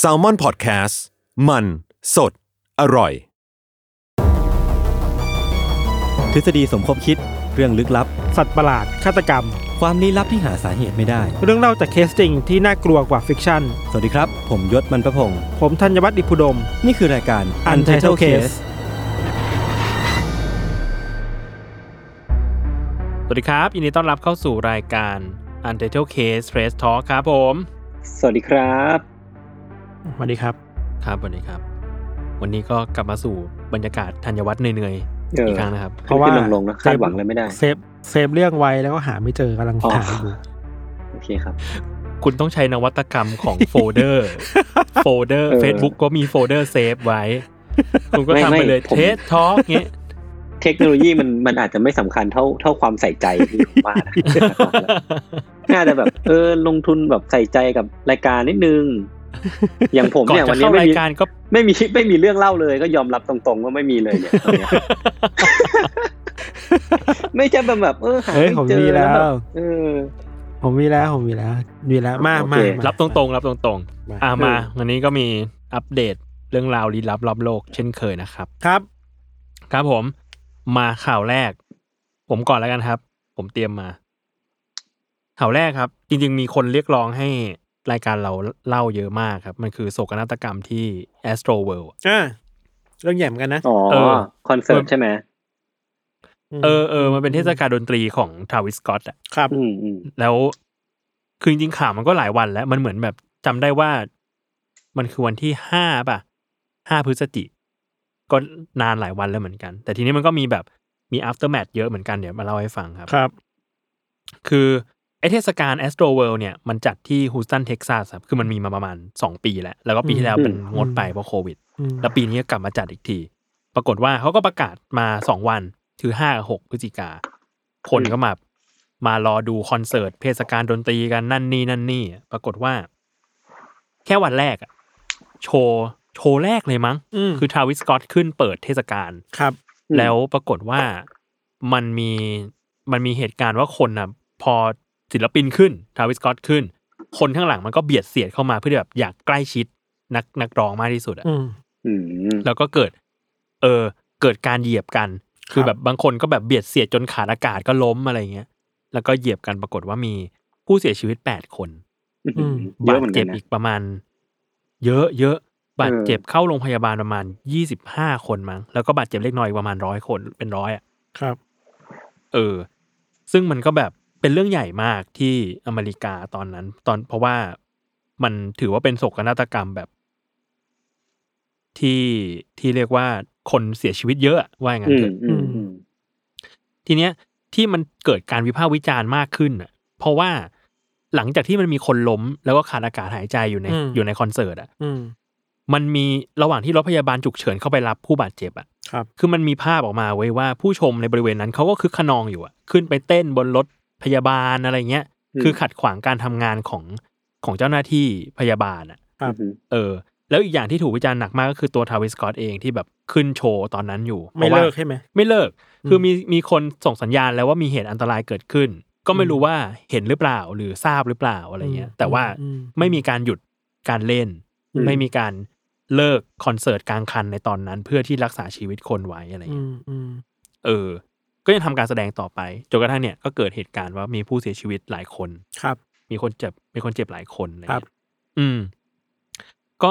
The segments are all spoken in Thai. s a l ม o n PODCAST มันสดอร่อย ทฤษฎีสมคบคิดเรื่องลึกลับ สัตว์ประหลาด ฆาตกรรม ความลี้ลับที่หาสาเหตุไม่ได้ เรื่องเล่าจากเคสจริงที่น่ากลัวกว่าฟิกชั่น สวัสดีครับ ผมยศมันประพงศ์ ผมธัญวัฒน์อิพุดม นี่คือรายการ Untitled Case สวัสดีครับยินดีต้อนรับเข้าสู่รายการ Untitled Case Press Talk ครับผม สวัสดีครับ สวัสดีครับ ครับสวัสดีครับ วันนี้ก็กลับมาสู่บรรยากาศธัญวัฒน์เหนื่อย เอ ๆ อ อี อี กครั้งนะครับ เพราะว่า ลงๆนะคาดหวังอะไรไม่ได้ เซฟเซฟเรื่องไว้แล้วก็หาไม่เจอกำลัง อ๋อ หาอยู่ โอเคครับ คุณต้องใช้นวัตกรรมของโฟลเดอ ร์โฟลเดอร์ เออ Facebook ก็มีโฟลเดอร์เซฟไว้ คุณก็ ไม่ ทำไปเลย ไม่ผม เทสทอล์กเงี้ย เทคโนโลยี มันมันอาจจะไม่สำคัญเท่าเท่าความใส่ใจที่ ผมว่านะ น่าจะแบบ เออลงทุนแบบใส่ใจกับรายการนิดนึ ง อย่างผม ก่อน เนี่ย จะ วันนี้ เข้า ไม่ ราย มี การก็ ไม่มีไม่มีเรื่องเล่าเลยก็ยอมรับตรงๆว่าไม่มีเลย เนี่ยตอนเนี้ยไม่ใช่แบบแบบเออหา เฮ้ยผ ไม่ ม เจ มี อ แล้ แล้ว ว แบบเออ ผมมีแล้วผมมีแล้ว มีแล้วมา โอเค มามา รับตรงๆ รับตรงๆ อ่ามาวันนี้ก็มีอัปเดตเรื่องราวลี้ลับรอบโลกเช่นเคยนะครับ ครับ ครับผมมาข่าวแรก ผมก่อนแล้วกันครับ ผมเตรียมมา ข่าวแรกครับ จริง ๆ มีคนเรียกร้องให้รายการเราเล่าเยอะมากครับ มันคือโศกนาฏกรรมที่ Astro World อ่าเรื่องใหญ่เหมือนกันนะ อ๋อ เออ คอนเสิร์ตใช่ไหม ม เออเออมันเป็นเทศกาลดนตรีของทาวิสก o อตอะ ครับ อืมอืม แล้วคือจริงๆข่าวมันก็หลายวันแล้ว มันเหมือนแบบจำได้ว่า มันคือวันที่ห้าป่ะห้าพฤศจิก็นานหลายวันแล้วเหมือนกัน แต่ทีนี้มันก็มีแบบมี aftermath เยอะเหมือนกันเดี๋ยวมาเล่าให้ฟังครับ ครับ คือไอเทศกาล Astro World เนี่ยมันจัดที่ฮูสตันเท็กซัสครับ คือมันมีมาประมาณ 2 ปีแล้ว แล้วก็ปีที่แล้วเป็นงดไปเพราะโควิด อืม แล้วปีนี้ก็กลับมาจัดอีกที ปรากฏว่าเขาก็ประกาศมา 2 วัน คือ5กับ6พฤศจิกา คนก็มามารอดูคอนเสิร์ตเทศกาลดนตรีกันนั่นนี่นั่นนี่ ปรากฏว่า แค่วันแรกอะโชว์โชว์แรกเลยมั้ง อืม คือทาวิสสกอตขึ้นเปิดเทศกาล ครับ แล้วปรากฏว่ามันมีมันมีเหตุการณ์ว่าคนอ่ะ พอศิลปินขึ้นทาวิสกอตขึ้น คนข้างหลังมันก็เบียดเสียดเข้ามาเพื่อแบบอยากใกล้ชิดนักนักร้องมากที่สุดอ่ะ อืม อืม แล้วก็เกิด เออเกิดการเหยียบกัน คือแบบบางคนก็แบบเบียดเสียดจนขาดอากาศก็ล้มอะไรเงี้ย แล้วก็เหยียบกันปรากฏว่ามีผู้เสียชีวิตแปดคน อืม เยอะ บาด เหมือนกั เจ็ น บ นะ อีกประมาณ เยอะเยอะบาด เออ เจ็บเข้าโรงพยาบาลประมาณยี่สิบห้าคนมั้งแล้วก็บาดเจ็บเล็กน้อยอีกประมาณร้อยคนเป็นร้อยอ่ะ ครับ เออ ซึ่งมันก็แบบเป็นเรื่องใหญ่มากที่อเมริกาตอนนั้น ตอนเพราะว่ามันถือว่าเป็นโศกนาฏกรรมแบบ ที่ที่เรียกว่าคนเสียชีวิตเยอะว่าอย่างนั้นอืม เถอะ อืมอืม ทีเนี้ยที่มันเกิดการวิพากษ์วิจารณ์มากขึ้นอ่ะ เพราะว่าหลังจากที่มันมีคนล้มแล้วก็ขาดอากาศหายใจอยู่ใน อืม อยู่ในคอนเสิร์ตอ่ะ อืม มันมีระหว่างที่รถพยาบาลฉุกเฉินเข้าไปรับผู้บาดเจ็บอ่ะ ครับ คือมันมีภาพออกมาไว้ยว่าผู้ชมในบริเวณนั้นเขาก็คึกขนองอยู่อะขึ้นไปเต้นบนรถพยาบาลอะไรเงี้ย อืม คือขัดขวางการทำงานของของเจ้าหน้าที่พยาบาลอะ อืม เออ แล้วอีกอย่างที่ถูกวิจารณ์หนักมากก็คือตัวทาวิสกอตเองที่แบบขึ้นโชว์ตอนนั้นอยู่ ไม่ พราะว่า เลิกใช่ไหม ไม่เลิก อืม คือมีมีคนส่งสัญญาณแล้วว่ามีเหตุอันตรายเกิดขึ้น ก็ไม่รู้ว่าเห็นหรือเปล่าหรือทราบหรือเปล่าอะไรเงี้ย แต่ว่า อืม ไม่มีการหยุดการเล่น อืม ไม่มีการเลิกคอนเสิร์ตกลางคันในตอนนั้น เพื่อที่รักษาชีวิตคนไว้อะไรเงี้อืมยอืม เออ ก็ยังทำการแสดงต่อไปจนกระทั่งเนี่ยก็เกิดเหตุการณ์ว่ามีผู้เสียชีวิตหลายคน ครับ มีคนเจ็บ มีคนเจ็บหลายคนอะไเงี้ย ครับ อืม ก็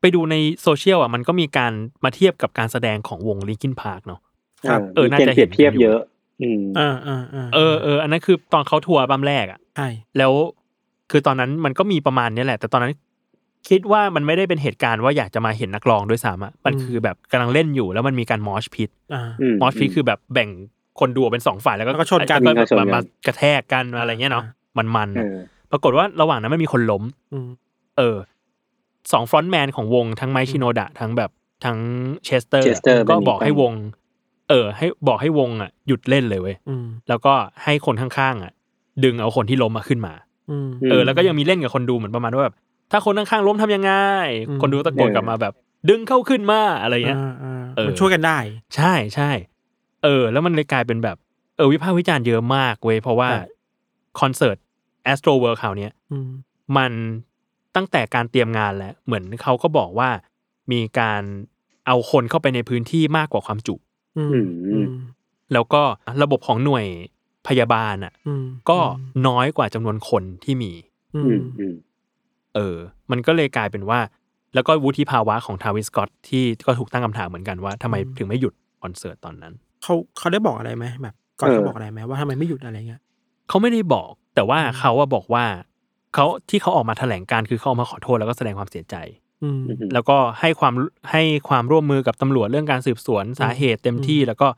ไปดูในโซเชียลอ่ะ มันก็มีการมาเทียบกับการแสดงของวงลิงคินพาร์กเนาะ ครับ เออน่าจะ มีกมเปรียบเทียบ เห็นอยู่ เยอะ อืม อ่าอ่าอ่า เออเอออันนั้นคือตอนเขาทัวร์บัมแรกอ่ะ ใช่ แล้วคือตอนนั้นมันก็มีประมาณเนี้ยแหละ แต่ตอนนั้น คิดว่ามันไม่ได้เป็นเหตุการณ์ว่าอยากจะมาเห็นนักร้องด้วยซ้ำอ่ะมันคือแบบกำลังเล่นอยู่แล้วมันมีการมอชพิษ อ่า มอสฟิคือแบบแบ่งคนดูออกเป็นสองฝ่ายแล้วก็ แล้วก็ชนกัน แล้วก็แบบ ชนกั มาน มากระแทกกันอะไรเงี้ยเนาะมันมันๆ เอ อะ อ ปรากฏว่าระหว่างนั้นไม่มีคนล้ม อืม เออสองฟรอนต์แมนของวงทั้งไมค์ชิโนดะทั้งแบบทั้งเชสเตอร์ Chester ก็บอกให้ เป็นหนีไป วง เออ ให้บอกให้วงอ่ะหยุดเล่นเลยเว้ย อืม แล้วก็ให้คนข้างๆอ่ะ ดึงเอาคนที่ล้มมาขึ้นมา อืม เออแล้วก็ยังมีเล่นกับคนดูเหมือนประมาณว่าแบบถ้าคนข้างๆล้มทำยังไง อืม คนดูตะโกนกลับมาแบบ ดึงเข้าขึ้นมาอะไรเงี้ย อ่าอ่า เออ มันช่วยกันได้ ใช่ใช่ เออ แล้วมันเลยกลายเป็นแบบ เออ วิพากษ์วิจารณ์เยอะมากเว้ย เพราะว่า ครับ คอนเสิร์ต Astro World คราวเนี้ย อืม มัน ตั้งแต่การเตรียมงานแล้ว เหมือนเขาก็บอกว่ามีการเอาคนเข้าไปในพื้นที่มากกว่าความจุ อืม อืม แล้วก็ระบบของหน่วยพยาบาลอ่ะ อืม ก็น้อยกว่าจำนวนคนที่มี อื อื ม มอืม เออ มันก็เลยกลายเป็นว่า แล้วก็วุฒิภาวะของทาวิสกอตที่ก็ถูกตั้งคำถามเหมือนกันว่าทำไมถึงไม่หยุดคอนเสิร์ตตอนนั้น เขาเขาได้บอกอะไรไหมแบบก่อนจะบอกอะไรไหมว่าทำไมไม่หยุดอะไรเงี้ย เขาไม่ได้บอก แต่ว่าเขาอะบอกว่าเขาที่เขาออกมาแถลงการณ์คือเขาออกมาขอโทษแล้วก็แสดงความเสียใจ อืม อืม แล้วก็ให้ความให้ความร่วมมือกับตำรวจเรื่องการสืบสวนสาเหตุเต็มที่ แล้วก็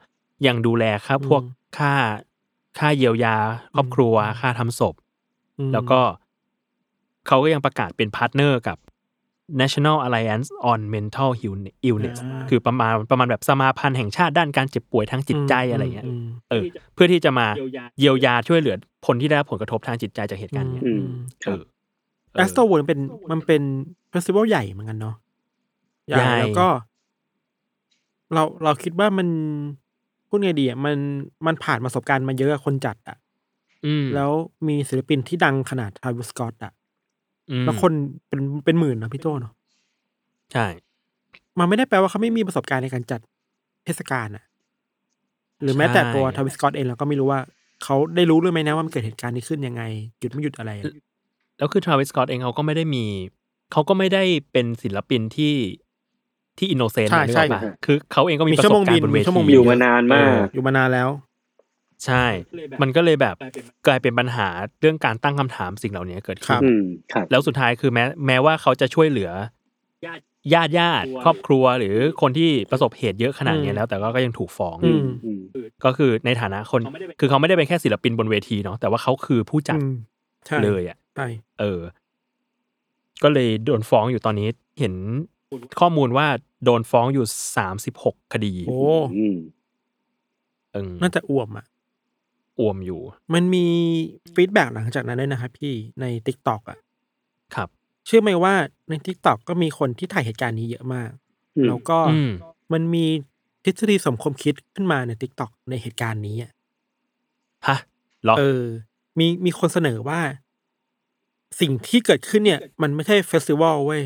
ยังดูแลค่าพวก อืม ค่าค่าเยียวยาครอบครัว อืม ค่าทำศพ อืม แล้วก็เขาก็ยังประกาศเป็นพาร์ทเนอร์กับ National Alliance on Mental Illness อ่า คือประมาณประมาณแบบสมาพันธ์แห่งชาติด้านการเจ็บป่วยทางจิตใจอะไรเงี้ย ม เออ เพื่อที่จะมาเยียวยาช่วยเหลือคนที่ได้รับผลกระทบทางจิตใจจากเหตุการณ์เนี้ย อืม เออเอ แอ อ สโตวเป็นมันเป็นเฟสติวัลใหญ่เหมือนกันเนาะใหญ่ ใหญ่ แล้วก็ เราเราคิดว่ามันพูดไงดีอ่ะมันมันผ่านประสบการณ์มาเยอะอะคนจัดอ่ะ อืม แล้วมีศิลปินที่ดังขนาดทาวิสกอตอ่ะ อืม แล้วคนเป็นเป็นหมื่นเนอะพี่โจเนาะ ใช่ มันไม่ได้แปลว่าเขาไม่มีประสบการณ์ในการจัดเทศกาลอ่ะ หรือแม้แต่ตัวทาวิสกอตเองเราก็ไม่รู้ว่า เขาได้รู้ด้วยไหมนะว่ามันเกิดเหตุการณ์นี้ขึ้นยังไงหยุดไม่หยุดอะไรอะ แล้วคือทราวิสกอตเองเขาก็ไม่ได้มี เขาก็ไม่ได้เป็นศิลปินที่ที่อินโนเซนต์นะนึกออกปะคือเขาเองก็มีประสบการณ์บนเวที อยู่มานานมาก อยู่มานานแล้ว ใช่ มันก็เลยแบบกลายเป็นปัญหาเรื่องการตั้งคำถามสิ่งเหล่านี้เกิด ครั ขึ้ บ น อืมครับ แล้วสุดท้ายคือแม้แม้ว่าเขาจะช่วยเหลือญาติญาติครอบครัวหรือคนที่ประสบเหตุเยอะขนาด อื นี้ ม แล้ว แต่ก็ก็ยังถูกฟ้อง อืม อืม ก็คือในฐานะคน คือเขาไม่ได้เป็นแค่ศิลปินบนเวทีเนาะ แต่ว่าเขาคือผู้จัด อืมใช่ เลยอ่ะ ใช่ เออ ก็เลยโดนฟ้องอยู่ตอนนี้ เห็นข้อมูลว่าโดนฟ้องอยู่สามสิบหกคดี โอ้ อืม เออ น่าจะอ่วมอ่ะ อ่วมอยู่ มันมีฟีดแบ็หลังจากนั้นด้วยนะครับพี่ใน t ิ k t o k อ่ะ ครับ เชื่อไหมว่าใน t ิ k t o k ก็มีคนที่ถ่ายเหตุการณ์นี้เยอะมาก อืม แล้วก็ อืม มันมีทฤษฎีสมคมคิดขึ้นมาใน t ิ k t o k ในเหตุการณ์นี้อะ ฮะเหรอ เออ มีมีคนเสนอว่า สิ่งที่เกิดขึ้นเนี่ย มันไม่ใช่เฟสติวัลเว้ย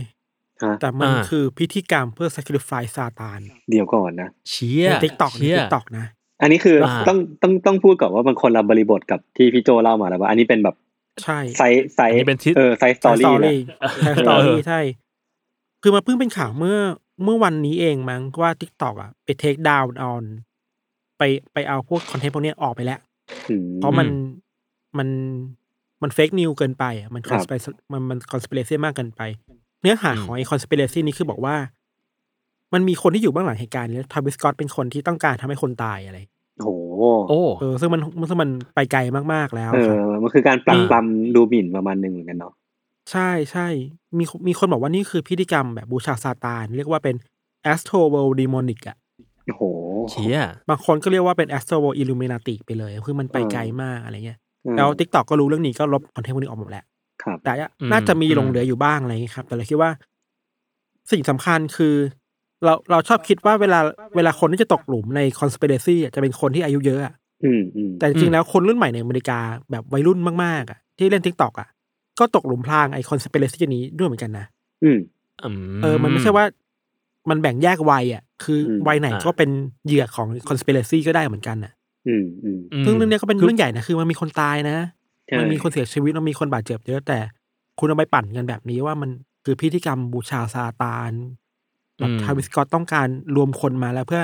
ฮะ แต่มัน อ่า คือพิธีกรรมเพื่อ sacrifice ซาตาน เดี๋ยวก่อนนะ เชีย ใน t ิ k t o k ใน เชี่ย t ิ k t o k นะ อันนี้คืออา ต้องต้องต้องพูดก่อนว่ามันคนละบริบทกับที่พี่โจเล่ามาแล้วว่า อันนี้เป็นแบบ ใช่ ไซส์ไซ อันนี้ ส์ เป็นทิศ เออไซส์สตอรี่แหละ ใช่สตอรี่ เออ ใช่ คือมาเพิ่งเป็นข่าวเมื่อเมื่อวันนี้เองมั้งว่าทิกตอกอ่ะ ไปเทคดาวน์ออนไปไปเอาพวกคอนเทนต์พวกเนี้ยออกไปแล้ว อืม เพราะมัน อืม มันมันเฟกนิวเกินไปอ่ะมันค ครั อน บ สเปมันมันคอนสเปเรซีมากเกินไป เนื้อหาของไอคอนสเปเรซีนี้คือบอกว่า มันมีคนที่อยู่เบื้องหลังเหตุการณ์นี้ทาวิสกอตเป็นคนที่ต้องการทำให้คนตายอะไร โอ้โห โอ้ เออซึ่งมันซึ่งมันไปไกลมากๆแล้ว เอ ค อ รับ มันคือการปลัก มี ปลำดูหมิ่นประมาณหนึ่งเหมือนกันเนาะ ใช่ใช่มีคมีคนบอกว่านี่คือพิธีกรรมแบบบูชาซาตาน เรียกว่าเป็น astro world demonic อะ โอ้โห เชีย บางคนก็เรียกว่าเป็น astro world illuminati ไปเลย คือมันไปไกลมากอะไรเงี้ย แล้ว t ิ k t o k ก็รู้เรื่องนี้ก็ลบคอนเทนต์พวกนี้ออกหมดแล้ว ครับ แต่อะน่าจะมีหลงเหลืออยู่บ้างอะไรเงี้ยครับ แต่เราคิดว่า สิ่งสำคัญคือ เราเราชอบคิดว่าเวลาเวลาคนที่จะตกหลุมใน conspiracy อะจะเป็นคนที่อายุเยอะอะ อืมอืม แต่จริงๆแล้วคนรุ่นใหม่ในอเมริกาแบบวัยรุ่นมากๆอะที่เล่น t ิ k t o k อะก็ตกหลุมพรางไอ conspiracy นี้ด้วยเหมือนกันนะ อืม เออ มันไม่ใช่ว่ามันแบ่งแยกวัยอ่ะ คืออ ม วัยไหนก็เป็นเหยื่อของคอน spiracy ก็ได้เหมือนกันอ่ะ อืมอืม ม ซึ่งเรื่องเนี้ยก็เป็นเรื่องใหญ่นะ คือมันมีคนตายนะ ใช่ มันมีคนเสียชีวิต มันมีคนบาดเจ็บเยอะ แต่คุณเอาไปปั่นกันแบบนี้ว่ามันคือพิธีกรรมบูชาซาตานแบบทาวิสกอตต้องการรวมคนมาแล้วเพื่อ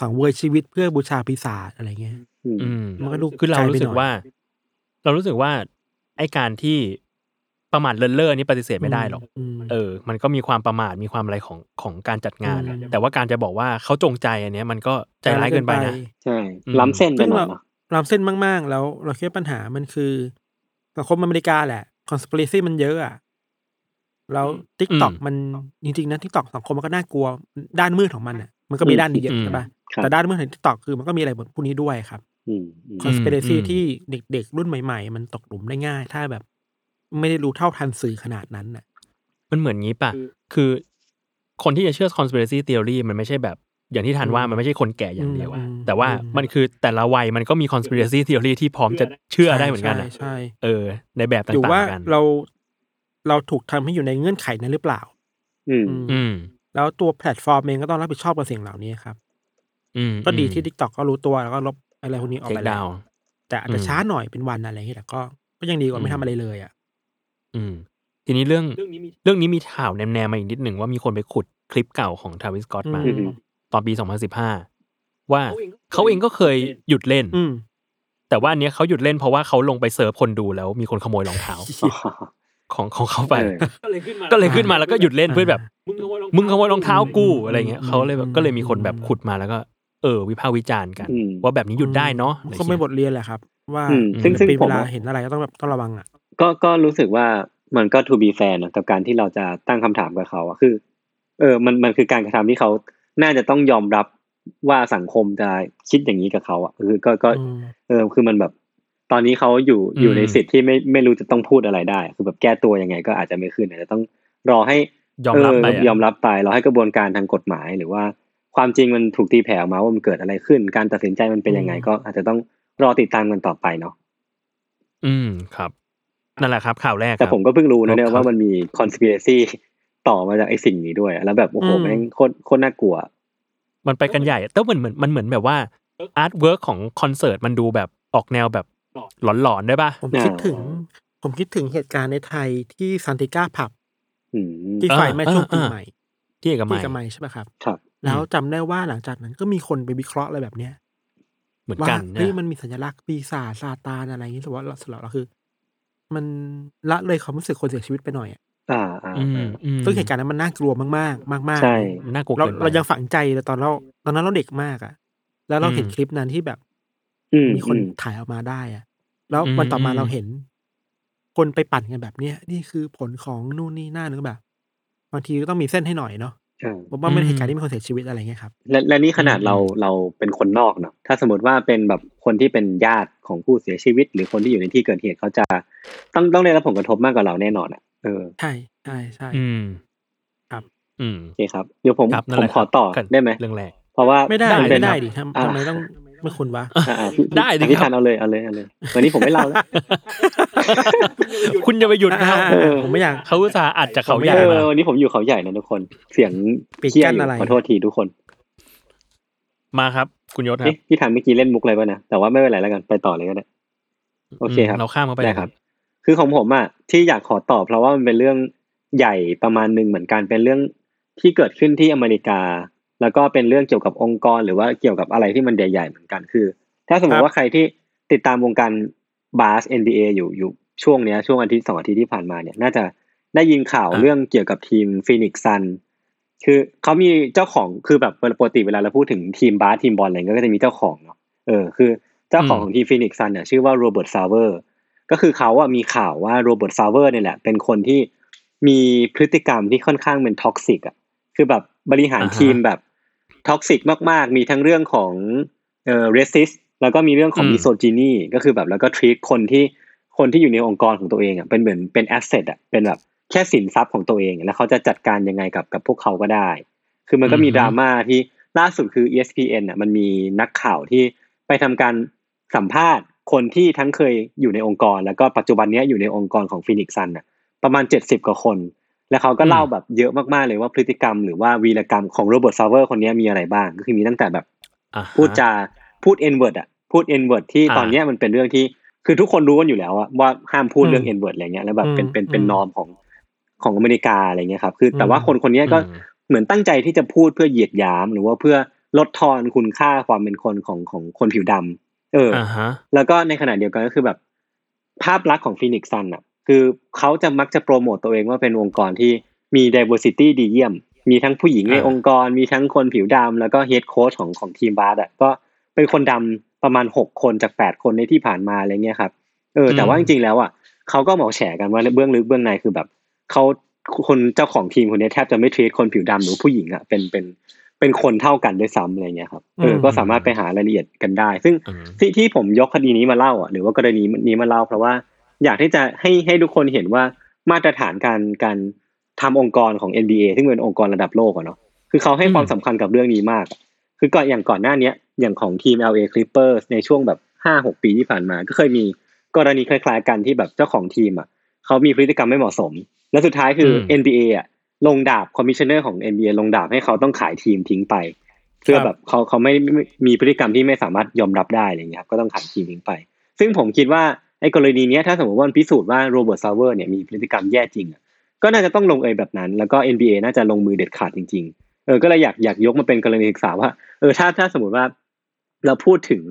สังเวยชีวิตเพื่อบูชาปีศาจอะไรเงี้ย อืม อืม มันก็ดู คือเรารู้สึ ไล ก ไปหน่อย ว่า เรารู้สึกว่าไอการที่ประมาทเลินเล่อนี่ปฏิเสธไม่ได้หรอก ม เออ มันก็มีความประมาทมีความอะไรของของการจัดงานอะ อืม แต่ว่าการจะบอกว่าเขาจงใจอันเนี้ยมันก็ใจร้ายเกินไปนะ ใช่ อืม ล้ำเส้นไป ซึ่ง หน่เราอยเนาะ ล้ำเส้นมาก ๆ แล้วเราคิดว่าปัญหามันคือสังคมอเมริกาแหละคอน spiracy มันเยอะอะแล้วทิกตอก อืม มันจริง ๆ นะทิกตอกสังคมมันก็น่ากลัวด้านมืดของมันอ่ะ มันก็มีด้านดีเยอะใช่ปะ ครับ แต่ด้านมืดของทิกตอกคือมันก็มีอะไรพวกนี้ด้วยครับ อืมอืม คอน spiracy อืม ที่เด็ก ๆ รุ่นใหม่ ๆ มันตกหลุมได้ง่าย ถ้าแบบ ไม่ได้รู้เท่าทันสื่อขนาดนั้นน่ะ มันเหมือนงี้ป่ะ คือคนที่จะเชื่อ conspiracy theory มันไม่ใช่แบบ อย่างที่ทานว่า อืม มันไม่ใช่คนแก่อย่างเดียว อื อะ ม แต่ว่า อืม มันคือแต่ละวัยมันก็มี conspiracy theory ที่พร้อมจะเชื่อได้เหมือนกัน ใช่ อะ ใช่ เออ ในแบบต่า อยู่ว่าง ๆกัน เรา เราถูกทำให้อยู่ในเงื่อนไขนั้นหรือเปล่า อืม อืม อืม แล้วตัวแพลตฟอร์มเองก็ต้องรับผิดชอบกับสิ่งเหล่านี้ครับ อืม ก็ดีที่ t ิ k t o k ก็รู้ตัวแล้วก็ลบอะไรพวกนี้ออก เทค ไปแล้ ดาว วน์ แต่อาจจะช้าหน่อยเป็นวันอะไรอย่างเงี้ยแต่ก็ก็ยังดีกว่าไม่ทำอะไรเลยอ่ะ อืมทีนี้เรื่องเรื่องนี้มีเรื่องนี้มีข่าวแนมๆมาอีกนิดหนึ่งว่ามีคนไปขุดคลิปเก่าของทาวิสกอตมา อืม ตอนปี 2015 ว่าเขาเองก็เคยหยุดเล่น อืม แต่ว่าอันเนี้ยเขาหยุดเล่นเพราะว่าเขาลงไปเซิร์ฟคนดูแล้วมีคนขโมยรองเท้าของของเขาไป เออ ก็เลยขึ้นมาก็เลยขึ้นมาแล้วก็หยุดเล่นเพื่อแบบ มึงขโมยรองเท้ากูอะไรเงี้ยเขาเลยแบบก็เลยมีคนแบบขุดมาแล้วก็ เออ วิพากษ์วิจารณ์กัน อืม ว่าแบบนี้หยุดได้เนาะ มันก็เป็นบทเรียนแหละครับ ว่า อืมซึ่งซึ่ง ปี ผ เว ม ลา ว่า เห็นอะไรก็ต้องแบบต้องระวังอ่ะ ก็ก็รู้สึกว่ามันก็ to be fair นะกับการที่เราจะตั้งคำถามกับเขาอะคือ เออมันมันคือการกระทำที่เขาน่าจะต้องยอมรับว่าสังคมจะคิดอย่างนี้กับเขาอะคือก็ก็ อืม เออคือมันแบบ ตอนนี้เขาอยู่ อืม อยู่ในสิทธิ์ที่ไม่ไม่รู้จะต้องพูดอะไรได้ คือแบบแก้ตัวยังไงก็อาจจะไม่ขึ้นอาจจะต้องรอให้ ยอมรับไปอะเยอมรับไปรอให้กระบวนการทางกฎหมาย หรือว่าความจริงมันถูกตีแผ่ออกมาว่ามันเกิดอะไรขึ้น การตัดสินใจมันเป็นยังไง อืม ก็อาจจะต้องรอติดตามกันต่อไปเนาะ อืมครับนั่นแหละครับข่าวแรกค แต่ รับ ผมก็เพิ่งรู้นะเนี่ย ครับ ว่ามันมี conspiracy ต่อมาจากไอ้สิ่งนี้ด้วย แล้วแบบโอ้โห อืม แม่งโคตรโคตรน่ากลัว มันไปกันใหญ่แต่เหมือนเหมือนมันเหมือนแบบว่าอาร์ตเวิร์กของคอนเสิร์ตมันดูแบบออกแนวแบบหลอนๆได้ปะ ผม อ่า คิดถึง ผมคิดถึงเหตุการณ์ในไทยที่ซันติก้าผับ อืม ที่ไฟไหม้ช่วงปีใหม่ ที่เอก ที่ มัย กำไมยใช่ไหมครับ ครับ แล้วจำได้ว่าหลังจากนั้นก็มีคนไปวิเคราะห์อะไรแบบเนี้ย เหมือน ว่า กัน เฮ้ย เนี่ย มันมีสัญลักษณ์ปีศาจซาตานอะไรอย่างนี้แต่ว่าสำหรับเราคือ มันละเลยความรู้สึกคนเสียชีวิตไปหน่อยอะ อ่าอ่า อืมอืม ซึ่งเหตุการณ์นั้นมันน่ากลัวมากๆ มากๆ ใช่ น่ากลัว เรา เกินไป เรายังฝังใจเลยตอนเราตอนนั้นเราเด็กมากอ่ะ แล้วเราเห็น อืม คลิปนั้นที่แบบ อืม มีคน อืม ถ่ายออกมาได้อะแล้ว อืม วันต่อมา อืม เราเห็น คนไปปั่นกันแบบเนี้ยนี่คือผลของนู่นนี่นั่นหรือแบบบางทีก็ต้องมีเส้นให้หน่อยเนาะผมว่ามันเป็นเหตุการณ์ที่มีคนเสียชีวิตอะไรเงี้ยครับ และและนี่ขนาด อืม เรา อืม เราเป็นคนนอกเนาะถ้าสมมติว่าเป็นแบบคนที่เป็นญาติของผู้เสียชีวิต หรือคนที่อยู่ในที่เกิดเหตุเขาจะต้องต้องได้รับผลกระทบมากกว่าเราแน่นอนอ่ะเออ ใช่ใช่ใช่ อืม ครับ อืม โอเคครับเดี๋ยวผม ครับนั่น ผ แห ม ละ ขอต่อ ครับ ได้ไหม เรื่องแรก เพราะว่า ไม่ได้ นเป็ ไม่ น ได้ แบบ ดิทำ อ่า ทำไมต้องไม่คุณวะ อ่าอ่าพี่ ได้ดิครับ พี่ทันเอาเลยเอาเลยเอาเลยวันนี้ผมไม่เล่าแล้ว คุณอย่าไปหยุดนะครับ อ่า เออ ผมไม่อยาก เขาอุตส่าห์อัดจากเขาใหญ่ เอ มา อวันนี้ผมอยู่เขาใหญ่นะทุกคน เสียง ปิด เที่ย กั้น อยู่ อะไร ขอโทษทีทุกคน มาครับ คุณยศครั เอ๊ะ บ พี่ทันเมื่อกี้เล่นมุกอะไรป่ะนะแต่ว่าไม่เป็นไรแล้วกันไปต่อเลยก็ได้โอเคครับ มเราข้ามเข้าไป ได้ครับ คือของผมอ่ะที่อยากขอตอบเพราะว่ามันเป็นเรื่องใหญ่ประมาณหนึ่งเหมือนกันเป็นเรื่องที่เกิดขึ้นที่อเมริกา แล้วก็เป็นเรื่องเกี่ยวกับองค์กร หรือว่าเกี่ยวกับอะไรที่มันใหญ่ๆเหมือนกันคือ ถ้าสมคมรั ติ บ ว่าใครที่ติดตามวงการบาส NBA อยู่อยู่ช่วงเนี้ยช่วงอาทิตย์สองอาทิตย์ที่ผ่านมาเนี่ยน่าจะได้ยินข่าวเรื่องเกี่ยวกับทีมฟีนิกซ์ซันคือเขามีเจ้าของคือแบบปกติเวลาเราพูดถึงทีมบาสทีมบอลอะไรเงี้ยก็จะมีเจ้าของเนาะเออคือเจ้าของของทีมฟีนิกซ์ซันเนี่ยชื่อว่าโรเบิร์ตซาเวอร์ ก็คือเขาอะมีข่าวว่าโรเบิร์ตซาเวอร์เนี่ยแหละ เป็นคนที่มีพฤติกรรมที่ค่อนข้างเป็นท็อกซิกอะคือแบบบริหารทีมแบบท็อกซิกมาก ๆ มีทั้งเรื่องของเอ่อเรสซิสแล้วก็มีเรื่องของมิโซจินีก็คือแบบแล้วก็ทรีตคนที่คนที่อยู่ในองค์กรของตัวเองอะเป็นเหมือนเป็นแอสเซทอะเป็นแบบแค่สินทรัพย์ของตัวเอง แล้วเขาจะจัดการยังไงกับกับพวกเขาก็ได้ คือมันก็มีดราม่าที่ล่าสุดคือ ESPN อ่ะมันมีนักข่าวที่ไปทำการสัมภาษณ์คนที่ทั้งเคยอยู่ในองค์กร แล้วก็ปัจจุบันเนี้ยอยู่ในองค์กรของฟินิกซันอ่ะประมาณ 70 กว่าคน แล้วเขาก็เล่าแบบเยอะมากๆเลยว่าพฤติกรรมหรือว่าวีรกรรมของโรเบิร์ตซาเวอร์คนเนี้ยมีอะไรบ้าง ก็คือมีตั้งแต่แบบ อ่ฮะ พูดจาพูด n word อ่ะพูด n word ที่ อ่า ตอนเนี้ยมันเป็นเรื่องที่คือทุกคนรู้กันอยู่แล้วอะว่าห้ามพูด อืม เรื่อง n word อะไรเงี้ยแล้วแบบเป็น อืม เป็นเป็น อืม นอมของของอเมริกาอะไรเงี้ยครับคือแต่ อืม ว่าคนคนเนี้ยก็ อืม เหมือนตั้งใจที่จะพูดเพื่อเหยียดหยาม หรือว่าเพื่อลดทอนคุณค่าความเป็นคนของของคนผิวดำเอออ อ่าฮะ แล้วก็ในขณะเดียวกันก็คือแบบภาพลักษณ์ของฟินิกซ์ซันอ่ะ คือเขาจะมักจะโปรโมตตัวเองว่าเป็นองค์กรที่มี diversity ดีเยี่ยม มีทั้งผู้หญิงใน อ่า องค์กร มีทั้งคนผิวดำแล้วก็เฮดโค้ชของของทีมบาสอ่ะก็เป็นคนดำประมาณหกคนจากแปดคนในที่ผ่านมาอะไรเงี้ยครับเออแต่ว่าจริงๆแล้วอ่ะเขาก็หมอกแฉกันว่าเบื้องลึกเบื้องในคือแบบเขาคนเจ้าของทีมคนเนี้ยแทบจะไม่ทร a t คนผิวดำหรือผู้หญิงอ่ะเป็นเป็นเป็นคนเท่ากันด้วยซ้ำอะไรเงี้ยครับเออก็สามารถไปหารายละเอียดกันได้ ซึ่ง อืม ที่ที่ผมยกคดีนี้มาเล่าอ่ะหรือว่ากรณีนี้มาเล่า เพราะว่าอยากที่จะให้ให้ทุกคนเห็นว่ามาตรฐานการการทำองค์กรของ NBA ซึ่งเป็นองค์กรระดับโลกอะเนาะคือเขาให้ความสำคัญกับเรื่องนี้มาก คือก่อนอย่างก่อนหน้าเนี้ยอย่างของทีม LA Clippers ในช่วงแบบห้าหกปีที่ผ่านมา ก็เคยมีกรณีคล้ายๆกันที่แบบเจ้าของทีมอ่ะเขามีพฤติกรรมไม่เหมาะสม แล้วสุดท้ายคืออ ม NBA อ่ะลงดาบคอมมิชเนอร์ของ NBA ลงดาบให้เขาต้องขายทีมทิ้งไป เพื่อแบบเขาเขาไม่ไม่มีพฤติกรรมที่ไม่สามารถยอมรับได้อะไรอย่างเงี้ยครับก็ต้องขายทีมทิ้งไป ซึ่งผมคิดว่าไอ้กรณีเนี้ยถ้าสมมติว่ามันพิสูจน์ว่าโรเบิร์ตซาเวอร์เนี่ยมีพฤติกรรมแย่จริงอะก็น่าจะต้องลงเอยแบบนั้น แล้วก็ NBA น่าจะลงมือเด็ดขาดจริง ๆ เออก็เลยอยากอยากยกมาเป็นกรณีศึกษาว่า เออถ้าถ้าสมมติว่าเราพูดถึง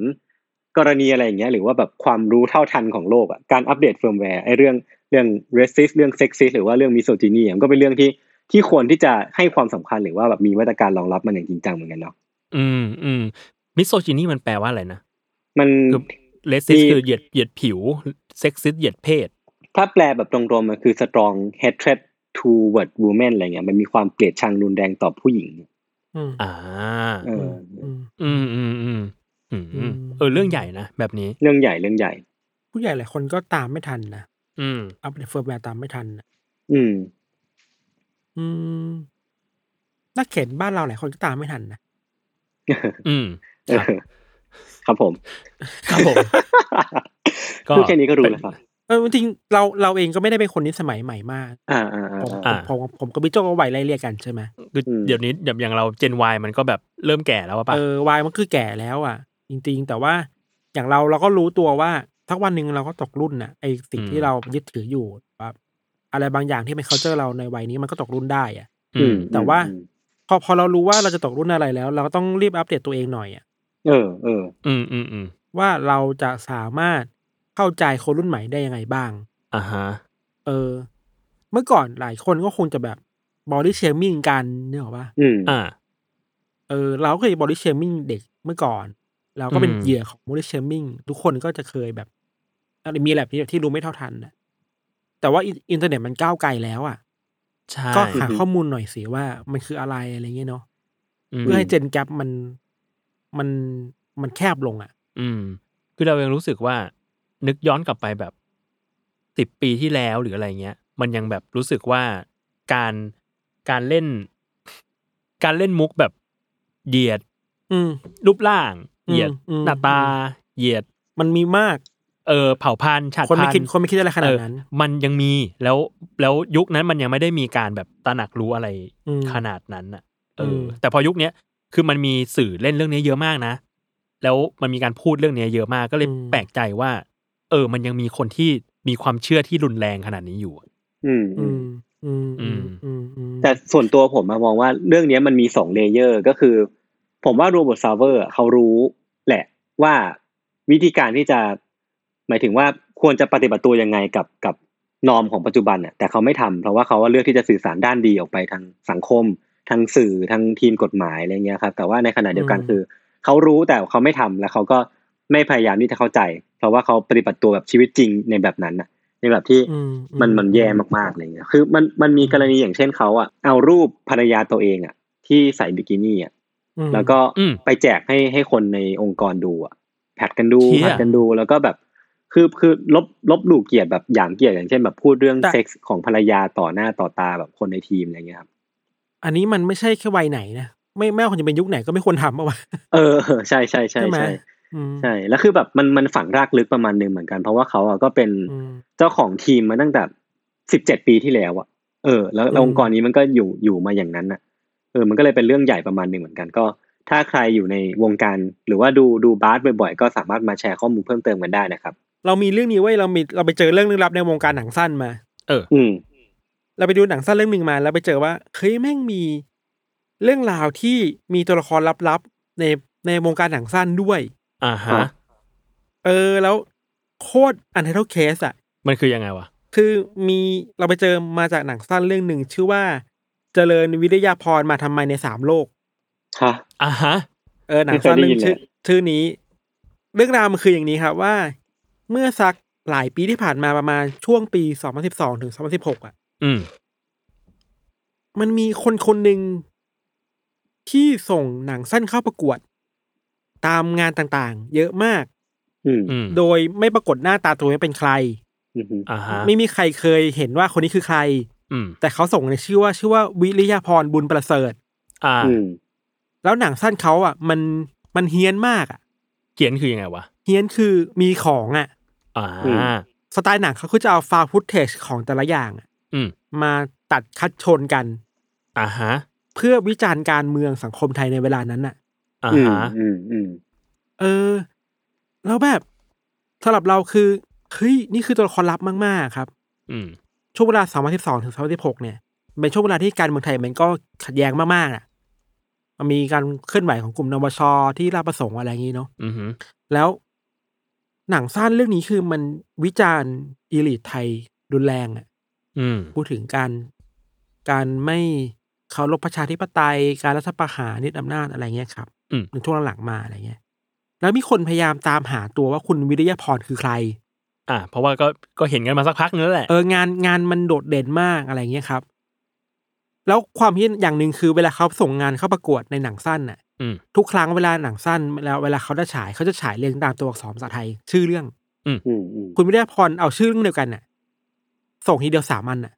กรณีอะไรอย่างเงี้ยหรือว่าแบบความรู้เท่าทันของโลกอะการอัปเดตเฟิร์มแวร์ไอ้เรื่องเรื่องเรสซิสเรื่องเซ็กซิสหรือว่าเรื่องมิโซจินีมันก็เป็นเรื่องที่ที่ควรที่จะให้ความสำคัญหรือว่าแบบมีมาตรการรองรับมันอย่างจริงจังเหมือนกันเนาะ อืมอืมมิโซจินี่มันแปลว่าอะไรนะ มัน คือ เลสซิส มี คือเหยียดเหยียดผิวเซ็กซิสเหยียดเพศ ถ้าแปลแบบตรงๆมันคือ strong hatred toward women อะไรเงี้ยมันมีความเกลียดชังรุนแรงต่อผู้หญิง อืม อ่า เออ อืม อืมอืมอืมอืม อืม เออเรื่องใหญ่นะแบบนี้ เรื่องใหญ่เรื่องใหญ่ ผู้ใหญ่หลายคนก็ตามไม่ทันนะ อืม อัปเดตเฟิร์มแวร์ตามไม่ทันนะ อืม อืมนักเขียนบ้านเราหลายคนก็ตามไม่ทันนะ อืม เออครับผม ครับผม พูดแค่นี้ก็รู้แล้วครับ เออจริงๆเราเราเองก็ไม่ได้เป็นคนนิสมัยใหม่มาก อ่าอ่าอ่า ผม อ่า อ่า ผมผมผมกับพี่โจ้ก็วัยไล่เรียกกันใช่ไหม คืออ ม เดี๋ยวนี้แบบอย่างเราเจน Y มันก็แบบเริ่มแก่แล้วอะป่ะ เออวัยมันคือแก่แล้วอ่ะ จริง ๆ แต่ว่าอย่างเราเราก็รู้ตัวว่าสักวันหนึ่งเราก็ตกรุ่นน่ะไอสิ่งที่เรายึดถืออยู่แบบอะไรบางอย่างที่เป็น culture เราในวัยนี้มันก็ตกรุ่นได้อ่ะ อืม แต่ว่า อืม พอพอเรารู้ว่าเราจะตกรุ่นอะไรแล้ว เราก็ต้องรีบอัปเดตตัวเองหน่อยอ่ะ เออเออ อืมอืมอืม ว่าเราจะสามารถเข้าใจคนรุ่นใหม่ได้ยังไงบ้าง อ่าฮะ เออ เมื่อก่อนหลายคนก็คงจะแบบบอดี้เชมิ่งกันเนี่ยหรอกปะ อืม อ่า เออเราก็เคยบอดี้เชมิ่งเด็กเมื่อก่อน เราก็เป็น อืม เหยื่อของบอดี้เชมิ่งทุกคนก็จะเคยแบบอะไรมีแหละที่ที่รู้ไม่เท่าทันนะแต่ว่าอินอินเทอร์เน็ตมันก้าวไกลแล้วอ่ะ ใช่ ก็หา อือฮึ ข้อมูลหน่อยสิว่ามันคืออะไรอะไรเงี้ยเนาะ ม เพื่อให้เจนแกปมันมันมันแคบลงอ่ะ อืม คือเรายังรู้สึกว่า นึกย้อนกลับไปแบบสิบปีที่แล้วหรืออะไรเงี้ย มันยังแบบรู้สึกว่าการการเล่น การเล่นมุกแบบเหยียด อืม รูปร่าง อืม เหยียด อืม หน้าตา เหยียด มันมีมาก เออเผ่าพันธุ์ชาติ คนไม่ พัน คิด ธุ์ คนไม่คิดอะไรขนาดนั้น เออมันยังมีแล้วแล้วยุคนั้นมันยังไม่ได้มีการแบบตระหนักรู้อะไร อืม ขนาดนั้นอ่ะเอออ ม แต่พอยุคเนี้ยคือมันมีสื่อเล่นเรื่องนี้เยอะมากนะ แล้วมันมีการพูดเรื่องนี้เยอะมากก็เลยแปลกใจว่า เออ มันยังมีคนที่มีความเชื่อที่รุนแรงขนาดนี้อยู่ อืมอื อื ม ม อืมอืมอืมอืม แต่ส่วนตัวผมอะมองว่าเรื่องเนี้ยมันมีสองเลเยอร์ก็คือ ผมว่าโรบอทซาเวอร์เขารู้แหละว่าวิธีการที่จะ หมายถึงว่าควรจะปฏิบัติตัวยังไงกับกับนอมของปัจจุบันอ่ะแต่เขาไม่ทำเพราะว่าเขาว่าเลือกที่จะสื่อสารด้านดีออกไปทางสังคมทางสื่อทางทีมกฎหมายอะไรเงี้ยครับ แต่ว่าในขณะเดียวกันคือ เขารู้แต่เขาไม่ทำแล้วเขาก็ไม่พยายามที่จะเข้าใจ เพราะว่าเขาปฏิบัติตัวแบบชีวิตจริงในแบบนั้นน่ะ ในแบบที่ อือื มันมันแย่มากๆอะไรเงี้ย คือมันมันมี อืม กรณีอย่างเช่นเขาอ่ะเอารูปภรรยาตัวเองอ่ะที่ใส่บิกินี่อ่ะ อืม แล้วก็ อืม ไปแจกให้ให้คนในองค์กรดูอ่ะแพ็กกันดู เชี่ย แพ็กกันดูแล้วก็แบบ คือคือลบลบหลู่เกียรติแบบหยามเกียรติอย่างเช่นแบบพูดเรื่อง แต่ เซ็กส์ของภรรยาต่อหน้าต่อตาแบบคนในทีมอะไรเงี้ยครับ อันนี้มันไม่ใช่แค่วัยไหนนะไม่ไม่ว่าคนจะเป็นยุคไหนก็ไม่ควรทำเอาวะ เออ เออใช่ใช่ใช่ ใช่ไหม ใช่ อืม ใช่แล้วคือแบบมันมันฝังรากลึกประมาณหนึงเหมือนกัน เพราะว่าเขาอ่ะก็เป็น อืม เจ้าของทีมมาตั้งแต่สิบเจ็ดปีที่แล้วอะเออ แล้วแล้ว อืม องค์กรนี้มันก็อยู่อยู่มาอย่างนั้นอะเออ มันก็เลยเป็นเรื่องใหญ่ประมาณหนึ่งเหมือนกัน ก็ ถ้าใครอยู่ในวงการ หรือว่าดูดูบาสบ่อยๆ ก็สามารถมาแชร์ข้อมูลเพิ่มเติมกันได้นะครับ เรามีเรื่องนี้ไว้ยเรามีเราไปเจอเรื่องลึกลับในวงการหนังสั้นมา อืม เราไปดูหนังสั้นเรื่องหนึ่งมาแล้วไปเจอว่าเฮ้ยแม่งมีเรื่องราวที่มีตัวละครลับๆในในวงการหนังสั้นด้วย อ่าฮะ อ่ะ เออแล้วโคตรอันเทอร์เคสอ่ะ มันคือยังไงวะ คือมีเราไปเจอมาจากหนังสั้นเรื่องหนึ่งชื่อว่า เจริญวิทยาพรมาทำไมในสามโลก ฮะ อ่าฮะ เออหนังสั้น ไม่ เรื่ เคยได้ยิ อน ง เลย ชื่อชื่อนี้ เรื่องราวมันคืออย่างนี้ครับว่า เมื่อสักหลายปีที่ผ่านมาประมาณช่วงปี 2012 ถึง 2016 อ่ะ อืม มันมีคนคนหนึ่งที่ส่งหนังสั้นเข้าประกวด ตามงานต่างๆ เยอะมาก อืม อืม โดยไม่ปรากฏหน้าตาตัวเองว่าเป็นใคร อืม อ่าฮะ ไม่มีใครเคยเห็นว่าคนนี้คือใคร อืม แต่เขาส่งในชื่อว่าชื่อว่าวิริยาพรบุญประเสริฐ อ่า อืม แล้วหนังสั้นเขาอ่ะ มันมันเฮี้ยนมากอ่ะ เขียนคือยังไงวะ เฮี้ยนคือมีของอ่ะ อ่า สไตล์หนังเขาคือจะเอาฟาวฟุตเทจของแต่ละอย่างอะ อืม มาตัดคัดชนกัน อ่าฮะ เพื่อวิจารณ์การเมืองสังคมไทยในเวลานั้นน่ะ อ่า อืม ฮะ อืมอืม เออ แล้วแบบสำหรับเราคือเฮ้ยนี่คือตัวละครลับมากๆครับ อืม ช่วงเวลา 2012 ถึง 2016 เนี่ย เป็นช่วงเวลาที่การเมืองไทยมันก็ขัดแย้งมากๆอ่ะ มันมีการเคลื่อนไหวของกลุ่มนวชที่ราชประสงค์อะไรอย่างนี้เนาะ อืม แล้วหนังสั้นเรื่องนี้คือมันวิจารณ์อีลิทไทยรุนแรงอ่ะ อืม พูดถึงการการไม่เคารพประชาธิปไตย การรัฐประหารนิดอำนาจอะไรเงี้ยครับในช่วงหลังๆมาอะไรเงี้ย แล้วมีคนพยายามตามหาตัวว่าคุณวิริยพรคือใคร อ่า เพราะว่าก็ก็เห็นกันมาสักพักนึงแล้วแหละ เอองานงานมันโดดเด่นมากอะไรเงี้ยครับ แล้วความที่อย่างหนึ่งคือเวลาเขาส่งงานเข้าประกวดในหนังสั้นน่ะ อืม ทุกครั้งเวลาหนังสั้นแล้วเวลาเขาจะฉายเขาจะฉายเรียงตามตัวอักษรภาษาไทย ชื่อเรื่อง อืมอืม คุณวิริยพรเอาชื่อเรื่องเดียวกันน่ะ ส่งทีเดียวสามอันน่ะ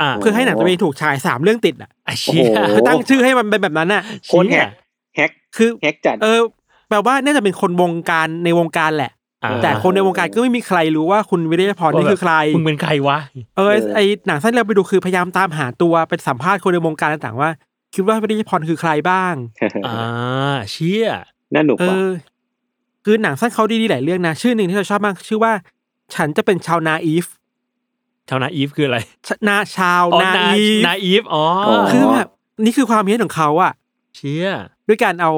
อ่า โ เพื่อให้หนังตัวเองถูกฉายสามเรื่องติดอ่ะ ไอ้เชี่ย โอ้โห คือตั้งชื่อให้มันเป็นแบบนั้นน่ะ โคตรแฮกแฮก คือ แฮกจัด เออ แปลว่าน่าจะเป็นคนวงการในวงการแหละ อ่า แต่คนในวงการก็ไม่มีใครรู้ว่าคุณวิริยพรนี่คือใคร มึงเป็นใครวะ เออ เออ ไอหนังสั้นเราไปดูคือพยายามตามหาตัวไปสัมภาษณ์คนในวงการต่างๆว่า คิดว่าวิริยพรคือใครบ้าง อ่าเชี่ย น่าหนุก เอ ว่ะ อ คือหนังสั้นเขาดีๆหลายเรื่องนะ ชื่อหนึ่งที่เราชอบมากชื่อว่า ฉันจะเป็นชาวนาอีฟ ชาวนาอีฟคืออะไร ชนาชาว อ๋อ นา นา อีฟ นาอีฟอ๋อ คือแบบนี่คือความเฮี้ยนของเขาอะ เชี่ย ด้วยการเอา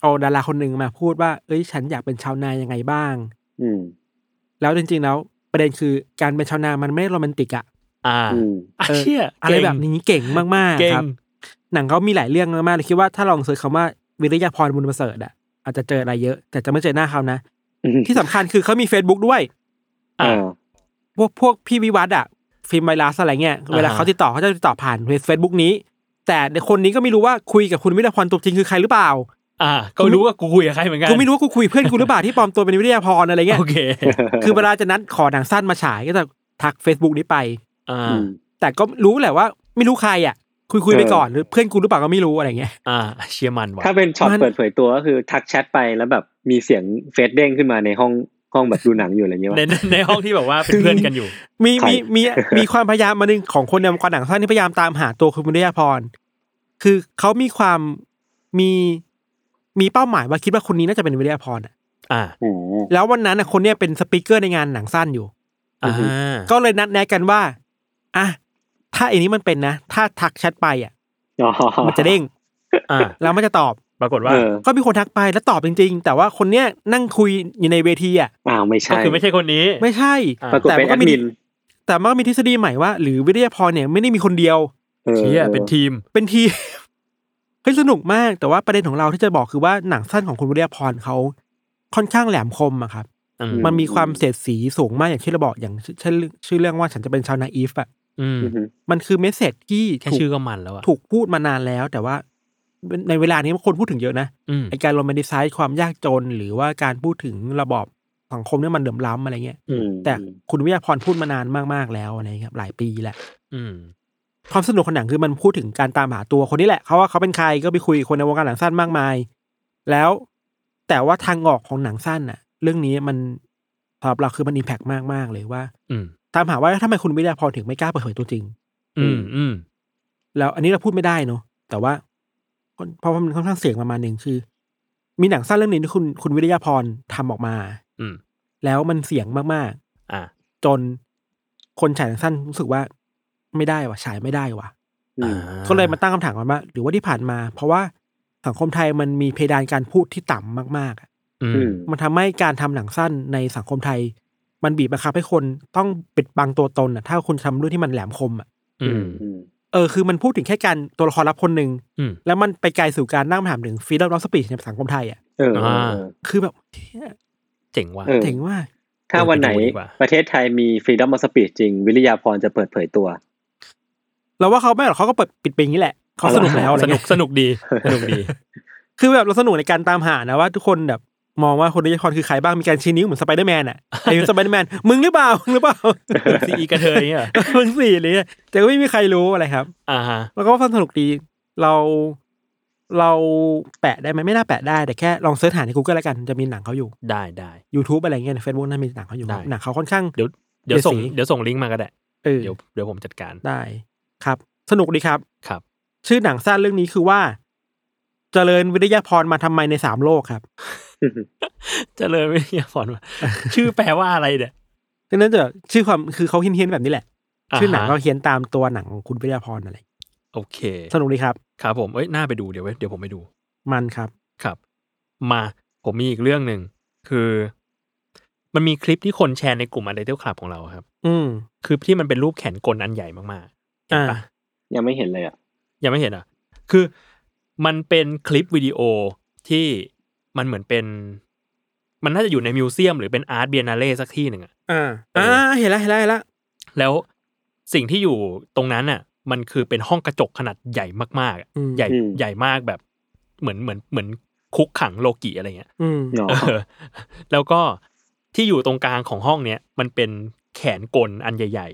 เอาดาราคนหนึ่งมาพูดว่า เอ้ย ฉันอยากเป็นชาวนายังไงบ้าง อืม แล้วจริงๆแล้วประเด็นคือการเป็นชาวนามันไม่โรแมนติกอะ อ่า อืม อ่ะเชี่ย อะไรแบบนี้เก่งมาก เก่ ๆ ง ครับ หนังเขามีหลายเรื่องมากๆเลยคิดว่าถ้าลองเสิร์ชคำว่าวิริยาพรบุญประเสริฐอะอาจจะเจออะไรเยอะ แต่จะไม่เจอหน้าเขานะ ที่สำคัญคือเขามี Facebook ด้วย อ่า อ่า พวกพวกพี่วิวัฒน์อะฟิล์มไวรัสอะไรเงี้ยเวลา อ่าฮะ เขาติดต่อเขาจะติดต่อผ่านเฟซบุ๊กนี้ แต่คนนี้ก็ไม่รู้ว่าคุยกับคุณวิริยาพรตัวจริงคือใครหรือเปล่า อ่า ก็รู้ว่ากูคุยกับใครเหมือนกัน กูไม่รู้ว่ากูคุยเพื่อนกูหรือเปล่าที่ปลอมตัวเป็นวิริยาพรอะไรเงี้ย โอเค คือเวลาจะนัดขอหนังสั้นมาฉายก็จะทัก Facebook นี้ไป อ่า แต่ก็รู้แหละว่าไม่รู้ใครอะคุยคุยๆไป เออ ก่อนหรือเพื่อนกูหรือเปล่าก็ไม่รู้อะไรเงี้ย อ่าเชี่ยมันว่ะ ถ้าเป็นช็อต มัน เปิดเผยตัวก็คือทักแชทไปแล้วแบบมีเสียงเฟซเด้งขึ้นมาในห้องห้องแบบดูหนังอยู่อะไรอย่างเงี้ย ใน วะ ในในห้องที่แบบว่าเป็นเพื่อนกันอยู่ มี ใคร มีมีมีความพยายามมาหนึ่ง ของคนในวงการหนังสั้นที่พยายามตามหาตัวคุณวิริยาพร คือเขามีความมีมีเป้าหมายว่าคิดว่าคนนี้น่าจะเป็นวิริยาพรอะ อ่า อ๋อ แล้ววันนั้นนะคนเนี้ยเป็นสปีกเกอร์ในงานหนังสั้นอยู่ อ่า ก็เลยนัดแนะกันว่าอ่ะถ้าไอ้นี้มันเป็นนะ ถ้าทักแชทไปอ่ะ มันจะเด้ง อ่า แล้วมันจะตอบ ปรากฏว่า เออ ก็มีคนทักไปแล้วตอบจริง ๆ แต่ว่าคนเนี้ยนั่งคุยอยู่ในเวทีอ่ะ อ้าวไม่ใช่ ก็คือไม่ใช่คนนี้ ไม่ใช่ อ่า ปรากฏเป็นแอดมิน แต่มันก็มีทฤษฎีใหม่ว่า หรือวิริยาพรเนี่ยไม่ได้มีคนเดียว ออ เชี่ยเป็นทีม เป็นทีม เฮ้ยสนุกมากแต่ว่าประเด็นของเราที่จะบอกคือว่าหนังสั้นของคุณวิริยาพรเขาค่อนข้างแหลมคมอะครับ อืม มันมีความเสียดสีสูงมากอย่างที่เราบอกอย่างเช่นชื่อเรื่องว่าฉันจะเป็นชาวนาอีฟอะ อืม อือฮึ มันคือเมสเซจที่ แค่ ถูก ชื่อก็มันแล้วอ่ะ ถูกพูดมานานแล้ว แต่ว่าในเวลานี้คนพูดถึงเยอะนะ อืม ไอการโรแมนติไซส์ความยากจน หรือว่าการพูดถึงระบอบสังคมเนี่ยมันเดือมล้ำอะไรเงี้ย อืม แต่คุณวิริยาพรพูดมานานมากๆแล้วอะไรเงี้ยครับหลายปีแหละ อืม ความสนุกของหนังคือมันพูดถึงการตามหาตัวคนนี้แหละเขาว่าเขาเป็นใครก็ไปคุยกับคนในวงการหนังสั้นมากมาย แล้วแต่ว่าทางออกของหนังสั้นน่ะ เรื่องนี้มันสำหรับเราคือมันอิมแพกมากมากๆเลยว่า อืม ตามหาว่าทำไมคุณวิทยาพรถึงไม่กล้าเปิดเผยตัวจริง อืมอืม แล้วอันนี้เราพูดไม่ได้เนาะแต่ว่าคนเพราะว่ามันค่อนข้างเสี่ยงประมาณหนึ่งคือ มีหนังสั้นเรื่องหนึงที่คุณคุณวิทยาพรทำออกมา อืม แล้วมันเสี่ยงมาก อ่า ๆ จนคนฉายหนังสั้นรู้สึกว่าไม่ได้ว่ะฉายไม่ได้ว่ะ อืม ก็เลยมาตั้งคำถามกันว่าหรือว่าที่ผ่านมา เพราะว่าสังคมไทยมันมีเพดานการพูดที่ต่ำมากๆอะ อื อื ม ม มันทำให้การทำหนังสั้นในสังคมไทย มันบีบบังคับให้คนต้องปิดบังตัวตนอ่ะถ้าคุณทำเรื่องที่มันแหลมคมอ่ะ อืม อืม เออคือมันพูดถึงแค่การตัวละครลับคนหนึ่ง อืม แล้วมันไปไกลสู่การนั่งถามถึงฟรีดอมออฟสปีชในสังคมไทยอ่ะ เออเอ อ่า อเออ คือแบบเหี้ย เจ๋งว่ะ เออ เจ๋งว่าก ถ้าวันไหน ไปดูดีกว่า ประเทศไทยมี Freedom of Speech จริง วิริยาพรจะเปิดเผยตัว เราว่าเขาไม่หรอกเขาก็เปิดปิดไปอย่างนี้แหละเขาสนุกแล้วอะไร สนุ เงี้ ก ย สนุกดีสนุกดี คือแบบเราสนุกในการตามหานะว่าทุกคนแบบมองว่าคนในละครคือใครบ้างมีการชี้นิ้วเหมือนสไปเดอร์แมนอ่ะไอ้สไปเดอร์แมนมึงหรือเปล่ามึงหรือเปล่า ซีอีกระเทยเนี่ยเหรอ มึงสี่เลยอะแต่ก็ไม่มีใครรู้อะไรครับ อ่าฮะ แล้วก็ฟังสนุกดีเราเราแปะได้ไหมไม่น่าแปะได้ แต่แค่ลองเสิร์ชหาใน Google แล้วกันจะมีหนังเขาอยู่ ได้ได้ YouTube อะไรเงี้ยใน Facebook น่ามีหนังเขาอยู่ ได้ หนังเขาค่อนข้าง เดี๋ยวเดี๋ยวส่ง เดี๋ยวสิ เดี๋ยวส่งลิงก์มาก็ได้ เ เออ เดี๋ยวเดี๋ยวผมจัดการ ได้ครับ สนุกดีครับ ครับ ชื่อหนังสั้นเรื่องนี้คือว่า เจริญวิทยาพรมาทำไมในสามโลกครับ เจริญวิทยาพ รว่ะชื่อแปลว่าอะไรเนี่ย ดังนั้นจะชื่อความคือเขาเฮี้ยนๆแบบนี้แหละ ชื่อหนัง าฮะ ก็เฮี้ยนตามตัวหนังของคุณวิทยาพรอะไร โอเค สนุกดีครับ ครับผมเอ้ยน่าไปดูเดี๋ยวไว้เดี๋ยวผมไปดู มันครับ ครับ มาผมมีอีกเรื่องหนึ่งคือ มันมีคลิปที่คนแชร์ในกลุ่มอันเดอร์เทลคลับของเราครับ อืม คือที่มันเป็นรูปแขนกลอันใหญ่มากๆเห็นปะ อ่า ยังไม่เห็นเลยอ่ะ ยังไม่เห็นอ่ะ คือมันเป็นคลิปวิดีโอที่มันเหมือนเป็น มันน่าจะอยู่ในมิวเซียม หรือเป็นอาร์ตเบียนาเล่สักที่หนึ่งอะ อ่าอ่าเห็นแล้วเห็นแล้วเห็นแล้ว แล้วสิ่งที่อยู่ตรงนั้นน่ะ มันคือเป็นห้องกระจกขนาดใหญ่มากๆอะ อืม ใหญ่ อืม ใหญ่มากแบบ เหมือนเหมือนเหมือนคุกขังโลกิอะไรเงี้ย อืม เนาะ เออ แล้วก็ที่อยู่ตรงกลางของห้องเนี้ยมันเป็นแขนกลอันใหญ่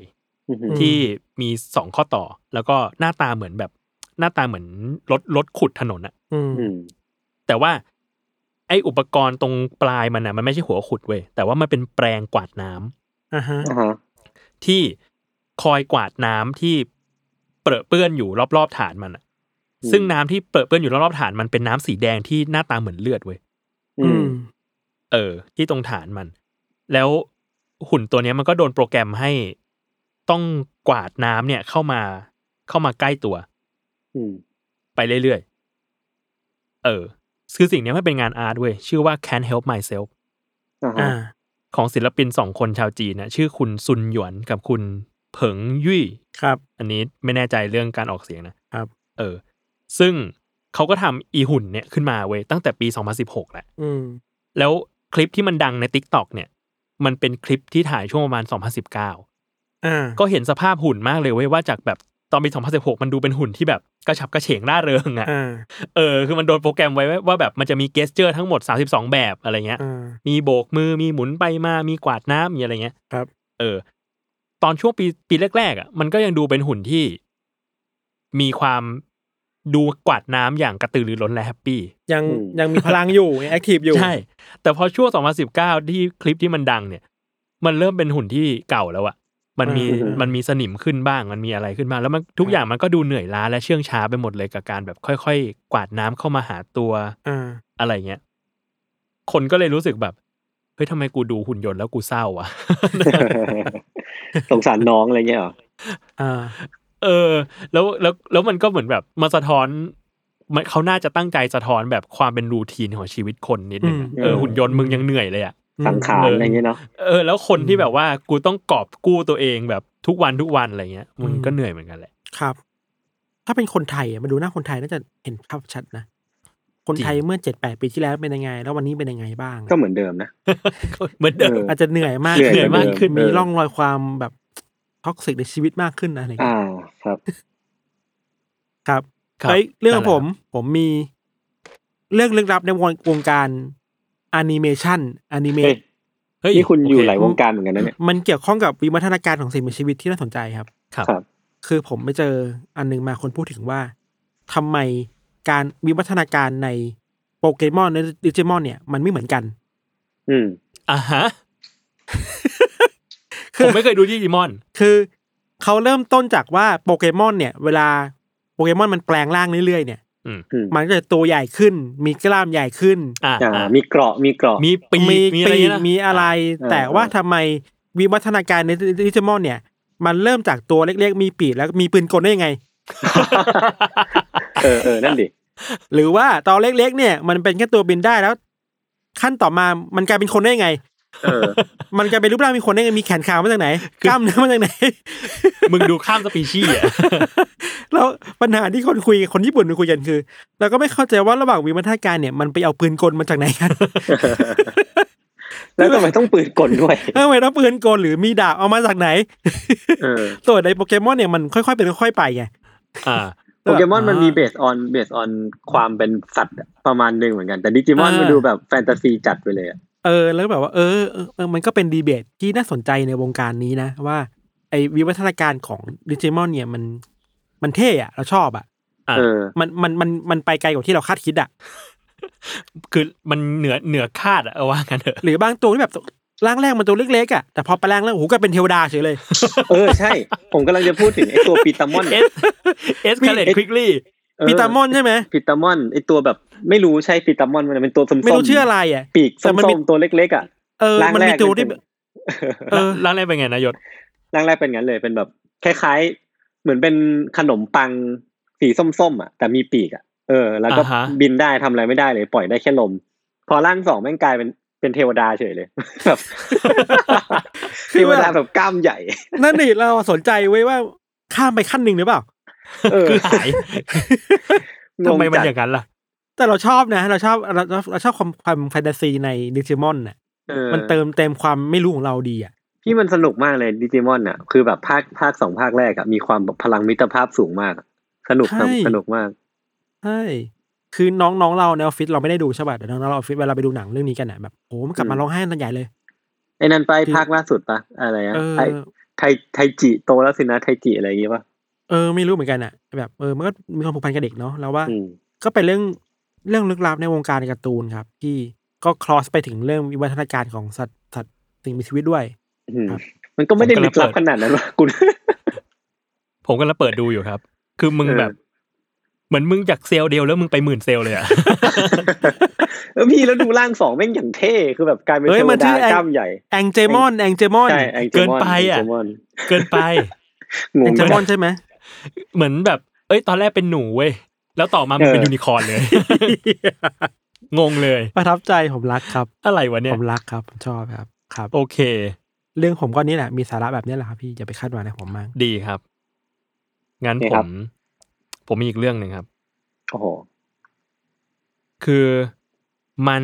อือหือ ๆ ที่มีสองข้อต่อ แล้วก็หน้าตาเหมือนแบบ หน้าตาเหมือนรถรถขุดถนนอะ อืม อืม แต่ว่า ไออุปกรณ์ตรงปลายมันน่ะมันไม่ใช่หัวขุดเว้ยแต่ว่ามันเป็นแปรงกวาดน้ำ อ่าฮะ อ่าฮะ ที่คอยกวาดน้ำที่เปรอะเปื้อนอยู่รอบๆฐานมันอะซึ่งน้ำที่เปรอะเปื้อนอยู่รอบๆฐานมันเป็นน้ำสีแดงที่หน้าตาเหมือนเลือดเว้ย อืม เออ ที่ตรงฐานมัน แล้วหุ่นตัวเนี้ยมันก็โดนโปรแกรมให้ต้องกวาดน้ำเนี่ยเข้ามาเข้ามาใกล้ตัว อืม ไปเรื่อยๆ เออ คือสิ่งเนี้ยมันเป็นงานอาร์ตเว้ย ชื่อว่า Can't Help Myself อ่าฮะ อ่า ของศิลปินสองคนชาวจีนนะชื่อคุณซุนหยวนกับคุณเผิงยุ่ย ครับ อันนี้ไม่แน่ใจเรื่องการออกเสียงนะครับ เออ ซึ่งเขาก็ทำอีหุ่นเนี่ยขึ้นมาเว้ยตั้งแต่ปี 2016แหละ อืม แล้วคลิปที่มันดังใน Tik t o k เนี่ย มันเป็นคลิปที่ถ่ายช่วงประมาณ 2019 อ่า ก็เห็นสภาพหุ่นมากเลยเว้ยว่าจากแบบตอนปี 2016 มันดูเป็นหุ่นที่แบบกระฉับกระเฉงร่าเริงอะ่ะ อ่า เออคือมันโดนโปรแกรมไว้ว่าแบบมันจะมีเกสเจอร์ทั้งหมด 32 แบบอะไรเงี้ย อ่า มีโบกมือมีหมุนไปมา มีกวาดน้ำมีอะไรเงี้ย ครับ เออ ตอนช่วงปีปีแรกๆอ่ะ มันก็ยังดูเป็นหุ่นที่ มีความดูกวาดน้ำอย่างกระตือรือร้นและแฮปปี้ ยัง อืม ยังมีพลังอยู่แอคทีฟอยู่ ใช่ แต่พอช่วง 2019 ที่คลิปที่มันดังเนี่ย มันเริ่มเป็นหุ่นที่เก่าแล้วอ่ะ มันมี อืม มันมีสนิมขึ้นบ้าง มันมีอะไรขึ้นบ้างแล้วมันทุกอย่างมันก็ดูเหนื่อยล้าและเชื่องช้าไปหมดเลยกับการแบบค่อย ๆ กวาดน้ำเข้ามาหาตัว อ่า อะไรเงี้ย คนก็เลยรู้สึกแบบ เฮ้ยทำไมกูดูหุ่นยนต์แล้วกูเศร้าวะ สงสารน้องอะไรเงี้ยเหรอ อ่า เออ แล้วแล้วแล้วมันก็เหมือนแบบมาสะท้อนมันเขาน่าจะตั้งใจสะท้อนแบบความเป็นรูทีนของชีวิตคนนิดนึงอะ อืม เออหุ่นยนต์มึงยังเหนื่อยเลยอ่ะ สังขารอะไรเงี้ยเนาะ เออแล้วคน อื ที่ ม แบบว่ากูต้องกอบกู้ตัวเองแบบทุกวันทุกวันอะไรเงี้ยมึง อืม ก็เหนื่อยเหมือนกันแหละ ครับ ถ้าเป็นคนไทยอะมาดูหน้าคนไทยน่าจะเห็นภาพชัดนะ คนไทย จริง เมื่อเจ็ดแปดปีที่แล้วเป็นยังไง แล้ววันนี้เป็นยังไงบ้างอะ ก็เหมือนเดิมนะ เหมือนเดิม เออ อาจจะเหนื่อยมาก เหนื่อย มากขึ้น มี เออ ร่องรอยความแบบท็อกซิกในชีวิตมากขึ้นนะอะไรอย่าง อ่า เงี้ย ครับ ครับ ครับ เอ้ยเรื่องของผม นั่นแหละค ผมมี เรื่องลึกลับในวงวงการแอนิเมชันแอนิเม เฮ้ย รับเฮ้ย นี่คุณอยู่ โเห ลายวงการเหมือนกันนะเนี่ย มันเกี่ยวข้องกับวิวัฒนาการของสิ่งมีชีวิตที่น่าสนใจครับ ครับ ครับ คือผมไปเจออันหนึงมาคนพูดถึงว่าทำไมการวิวัฒนาการในโปเกมอนและดิจิมอนเนี่ยมันไม่เหมือนกัน อืม อ่ะฮะ คื ผ อ มไม่เคยดูดิจิมอน คือเขาเริ่มต้นจากว่าโปเกมอนเนี่ย เวลาโปเกมอนมันแปลงร่างเรื่อยๆเนี่ย อืม มันก็จะตัวใหญ่ขึ้น มีกล้ามใหญ่ขึ้น อ่า อ่า มีเกราะมีเกราะ มีปีก มี มีอะไร ปีก เงี้ยนะ มีอะไร อ่า แต่ว่าทำไมวิวัฒนาการในดิจิมอนเนี่ย มันเริ่มจากตัวเล็กๆ มีปีกแล้วมีปืนกลได้ยังไง เออเออนั่นดิ หรือว่าตอนเล็กๆ เนี่ย มันเป็นแค่ตัวบินได้แล้ว ขั้นต่อมามันกลายเป็นคนได้ยังไง เออ มันกลายเป็นรูปร่างมีคนได้ไงมีแขนขามาจากไหน กล้ามเนื้อมาจากไหน มึงดูข้ามสปีชีส์อ่ะ แล้วปัญหาที่คนคุยคนญี่ปุ่นมันคุยกันคือ เราก็ไม่เข้าใจว่าระหว่างวิวัฒนาการเนี่ยมันไปเอาปืนกลมาจากไหน กัน แล้วทำไมต้องปืนกลด้วย เออไม่รับปืนกลหรือมีดาบเอามาจากไหน เออ ส่วนในโปเกมอนเนี่ยมันค่อยๆเป็นค่อยๆไปไง อ่า โปเกมอน อ่ามั มันมีเบสออนเบสออนความเป็นสัตว์ประมาณหนึ่งเหมือนกัน แต่ดิจิมอน อ่ามั มันดูแบบแฟนตาซีจัดไปเลยอะ เออแล้วแบบว่าเออเออเออมันก็เป็นดีเบตที่น่าสนใจในวงการนี้นะ ว่าไอ้วิวัฒนาการของดิจิมอนเนี่ยมันมันเท่อะเราชอบอะ อ่า เออ มันมันมันมันไปไกลกว่าที่เราคาดคิดอะ คือมันเหนือเหนือคาดอะเอาว่ากันเถอะ หรือบางตัวที่แบบ ร่างแรกมันตัวเล็กๆอ่ะแต่พอไปร่างแรกโอ้โหก็เป็นเทวดาเฉยเลย เออใช่ ผมกำลังจะพูดถึงไอตัวปีตามอน เอสเอสคาเลตควิกลี่ เออ มีตามอนใช่ไหม ปีตามอนไอตัวแบบไม่รู้ใช่ปีตามอนมันเป็นตัวส้มๆ ไม่รู้ชื่ออะไรอ่ะ ปีก แต่ ส้ มันมี มๆตัวเล็กๆอ่ะ เออ ร่าง มัน แร มี ก ตัวที่ เป็น เออ ร่างแรกเป็นไงนายศ ร่างแรกเป็นงั้นเลยเป็นแบบคล้ายๆ เหมือนเป็นขนมปังสีส้มๆอ่ะแต่มีปีกอ่ะเออ แล้วก็ อ่าฮะ บินได้ทำอะไรไม่ได้เลย ปล่อยได้แค่ลม พอร่างสองแม่งกลายเป็นเป็นเทวดาเฉยเลย แบบ คื เท อ ว แบบ ดาแบบกล้ามใหญ่ นั่นนี่เราสนใจไว้ยว่าข้ามไปขั้นหนึ่งหรือเปล่า เออ คือหาย ง ทำ ง ไมมัน จัด อย่างนั้น ล่ะ แต่เราชอบนะ เราชอบเราเราเราชอบความความแฟนตาซีในดิจิมอนน่ะ ออ มันเติมเต็มความไม่รู้ของเราดีอ่ะ พี่มันสนุกมากเลยดิจิมอนอ่ะ คือแบบภาคภาคสองภาคแรกอ่ะมีความแบบพลังมิตรภาพสูงมากอะสนุก ใช่ สนุกมาก ใช่คือน้องน้องๆเราในออฟฟิศเราไม่ได้ดูใช่ป่ะแต่น้องๆเราออฟฟิศเวลาไปดูหนังเรื่องนี้กันอ่ะแบบโหมันกลับมา อืม ร้องไห้กันใหญ่เลย ไอ้นั่นไป คือ ภาคล่าสุดปะอะไรอะ เออ ไอ้ไทไทจิโตแล้วสินะไทจิอะไรอย่างงี้ปะ เออไม่รู้เหมือนกันอ่ะแบบเออมันก็มีความผูกพันกับเด็กเนาะแล้วว่า อืม ก็เป็นเรื่องเรื่องลึกลับในวงการการ์ตูนครับ ที่ก็คลอสไปถึงเรื่องวิวัฒนาการของสัตว์สัตว์สิ่งมีชีวิตด้วย อืม ครับ มันก็ไม่ได้ลึกลับ ผมกำลังเปิด ขนาด นั้นวะคุณ ผมก็ลังเปิดดูอยู่ครับ คือมึง เออ แบบ เหมือนมึงจากเซลล์เดียวแล้วมึงไปหมื่นเซลล์เลยอะ เออพี่แล้วดูร่างสองแม่งอย่างเท่คือแบบกลายเป็น เอ้ เท ยว มัน ดา ชื่อไอ้ กล้ามใหญ่ แองเจมอนแองเจมอน ใช่ไอเจ เกิน มอน ไป ไอ อ่ะ เจมอน เกินไป ง แอง งเจมอนใช่ไหม เหมือนแบบ เอ้ย ตอนแรกเป็นหนูเว้ย แล้วต่อมามันเป็นยูนิคอร์นเลย งงเลย ประทับใจผมรักครับ อะไรวะเนี่ ผ ย มรักครับผมชอบครับครับ โอเค เรื่องผมก็นี่แหละ มีสาระแบบนี้แหละครับพี่ อย่าไปคาดหวังในผมมาก ดีครับ งั้นผม ผมมีอีกเรื่องหนึ่งครับ โอ้โห คือมัน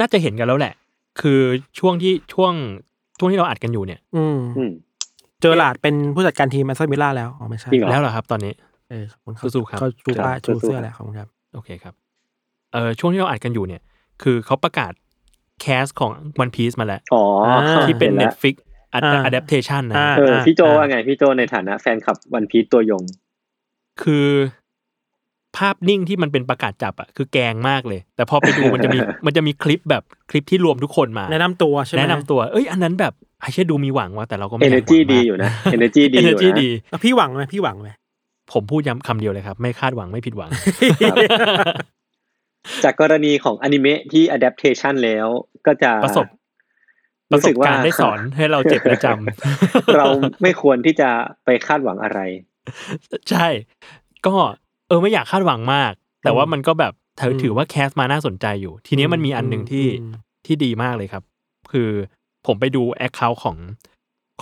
น่าจะเห็นกันแล้วแหละ คือช่วงที่ช่วงช่วงที่เราอัดกันอยู่เนี่ย อืม อืม เจอหลาดเป็นผู้จัดการทีมแมนเซอร์มิลล่าแล้วอ๋อไม่ใช่ จริงเหรอ แล้วเหรอครับ ตอนนี้ เออขอบคุณ สู้ๆครับ ก็ชูป้าย ครับ ชู สู้ เสื้อ ๆ แหละขอบคุณครับ โอเคครับ เอ่อช่วงที่เราอัดกันอยู่เนี่ย คือเขาประกาศแคสของ One Piece มาแล้ว อ๋อ อ่า ที่เป็น ห็แล้ว Netflix อะ อ่า อะดัปเทชันนะ อ่า เออพี่โจว่าไงพี่โจในฐานะแฟนคลับวันพี e ตัวยง คือภาพนิ่งที่มันเป็นประกาศจับอะคือแกงมากเลย แต่พอไปดู มันจะมี มันจะมีคลิปแบบคลิปที่รวมทุกคนมา แนะนำตัวใช่ไหม แนะนำตัวเอ้ย อันนั้นแบบไอเช่ยดูมีหวังว่ะแต่เราก็ไม่ Energy หวังมาก ดีอยู่นะ Energy ดีอยู่นะ Energy ดี แล้วพี่หวังไหมพี่หวังไหม ผมพูดย้ำคำเดียวเลยครับ ไม่คาดหวังไม่ผิดหวัง ครับ จากกรณีของอนิเมะที่ adaptation แล้วก็จะ ประสบ ป รู้ ระส สึ บ ว่ การณ์ได้สอนให้เราเจ็บและจำ เราไม่ควรที่จะไปคาดหวังอะไร ใช่ ก็เออไม่อยากคาดหวังมาก แต่ว่ามันก็แบบถือ อืม ถือว่าแคสมาน่าสนใจอยู่ ทีเนี้ยมันมีอันหนึ่งที่ อืม ที่ดีมากเลยครับ คือผมไปดูแอคเคาท์ของ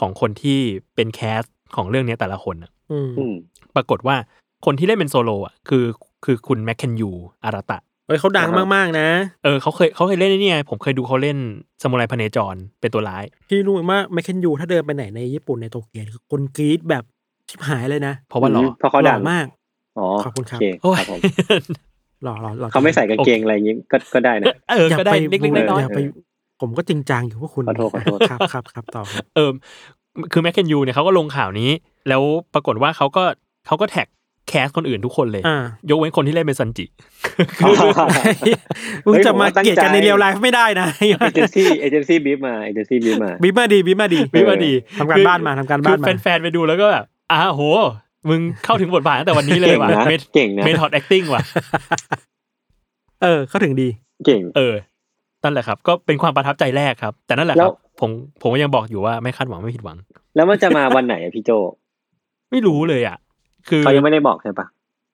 ของคนที่เป็นแคสของเรื่องเนี้ยแต่ละคนน่ะ อืม อืม ปรากฏว่าคนที่เล่นเป็นโซโลอ่ะคือคือคุณแมคเคนยูอาราตะ เฮ้ยเขาดัง นะครับ มากๆนะ เออเขาเคยเขาเคยเล่นไอ้เนี่ยผมเคยดูเขาเล่นสมุไรพเนจรเป็นตัวร้าย พี่รู้ไหมว่าไมเคิลยูถ้าเดินไปไหนในญี่ปุ่นในโตเกียวคือคนกรี๊ดแบบชิบหายเลยนะ เพราะว่าหล่อ เพราะเขา หล่ ดั อง มาก อ๋อ ขอบคุณครับ โเ โอ้ย ผม หล่อหล่อหล่อ เขาไม่ใส่กางเกงอะไรอย่างนี้ก็ก็ได้นะ เออก็ได้เล็กๆน้อย ย่าไปผมก็จริงจังอยู่พวกคุณ ขอโทษขอโทษ ครับ ครับครับต่อครับ ๆเออคือแมคเคนยูเนี่ยเขาก็ลงข่าวนี้ แล้วปรากฏว่าเขาก็เขาก็แท็กแคสคนอื่นทุกคนเลย อ่าย กเว้นคนที่เล่นเป็นซันจิ มึงจะมา ผมว่าตั้ง เกลียดกัน ใจ ในเรียวไลฟ์ไม่ได้นะ เอเจนซี่เอเจนซี่บีบมาเอเจนซี่บีบมา บีบมาดีบีบมาดี วิวาดี ทำการบ้านมาทำการ คื บ้า อน มา แฟนๆไปดูแล้วก็แบบอ้าโห มึงเข้าถึงบทบาทตั้งแต่วันนี้เลยว่ะ เก่งนะเก่งนะ เมทอดแอคติ้งว่ะ เออเขาถึงดี เก่ง เออ นั่นแหละครับ ก็เป็นความประทับใจแรกครับ แต่นั่นแหละค แล้ รั ว บ ผมผมก็ยังบอกอยู่ว่าไม่คาดหวังไม่ผิดหวัง แล้วมันจะมาวันไหนอะพี่โจ ไม่รู้เลยอ่ะ คือ เขายังไม่ได้บอกใช่ปะ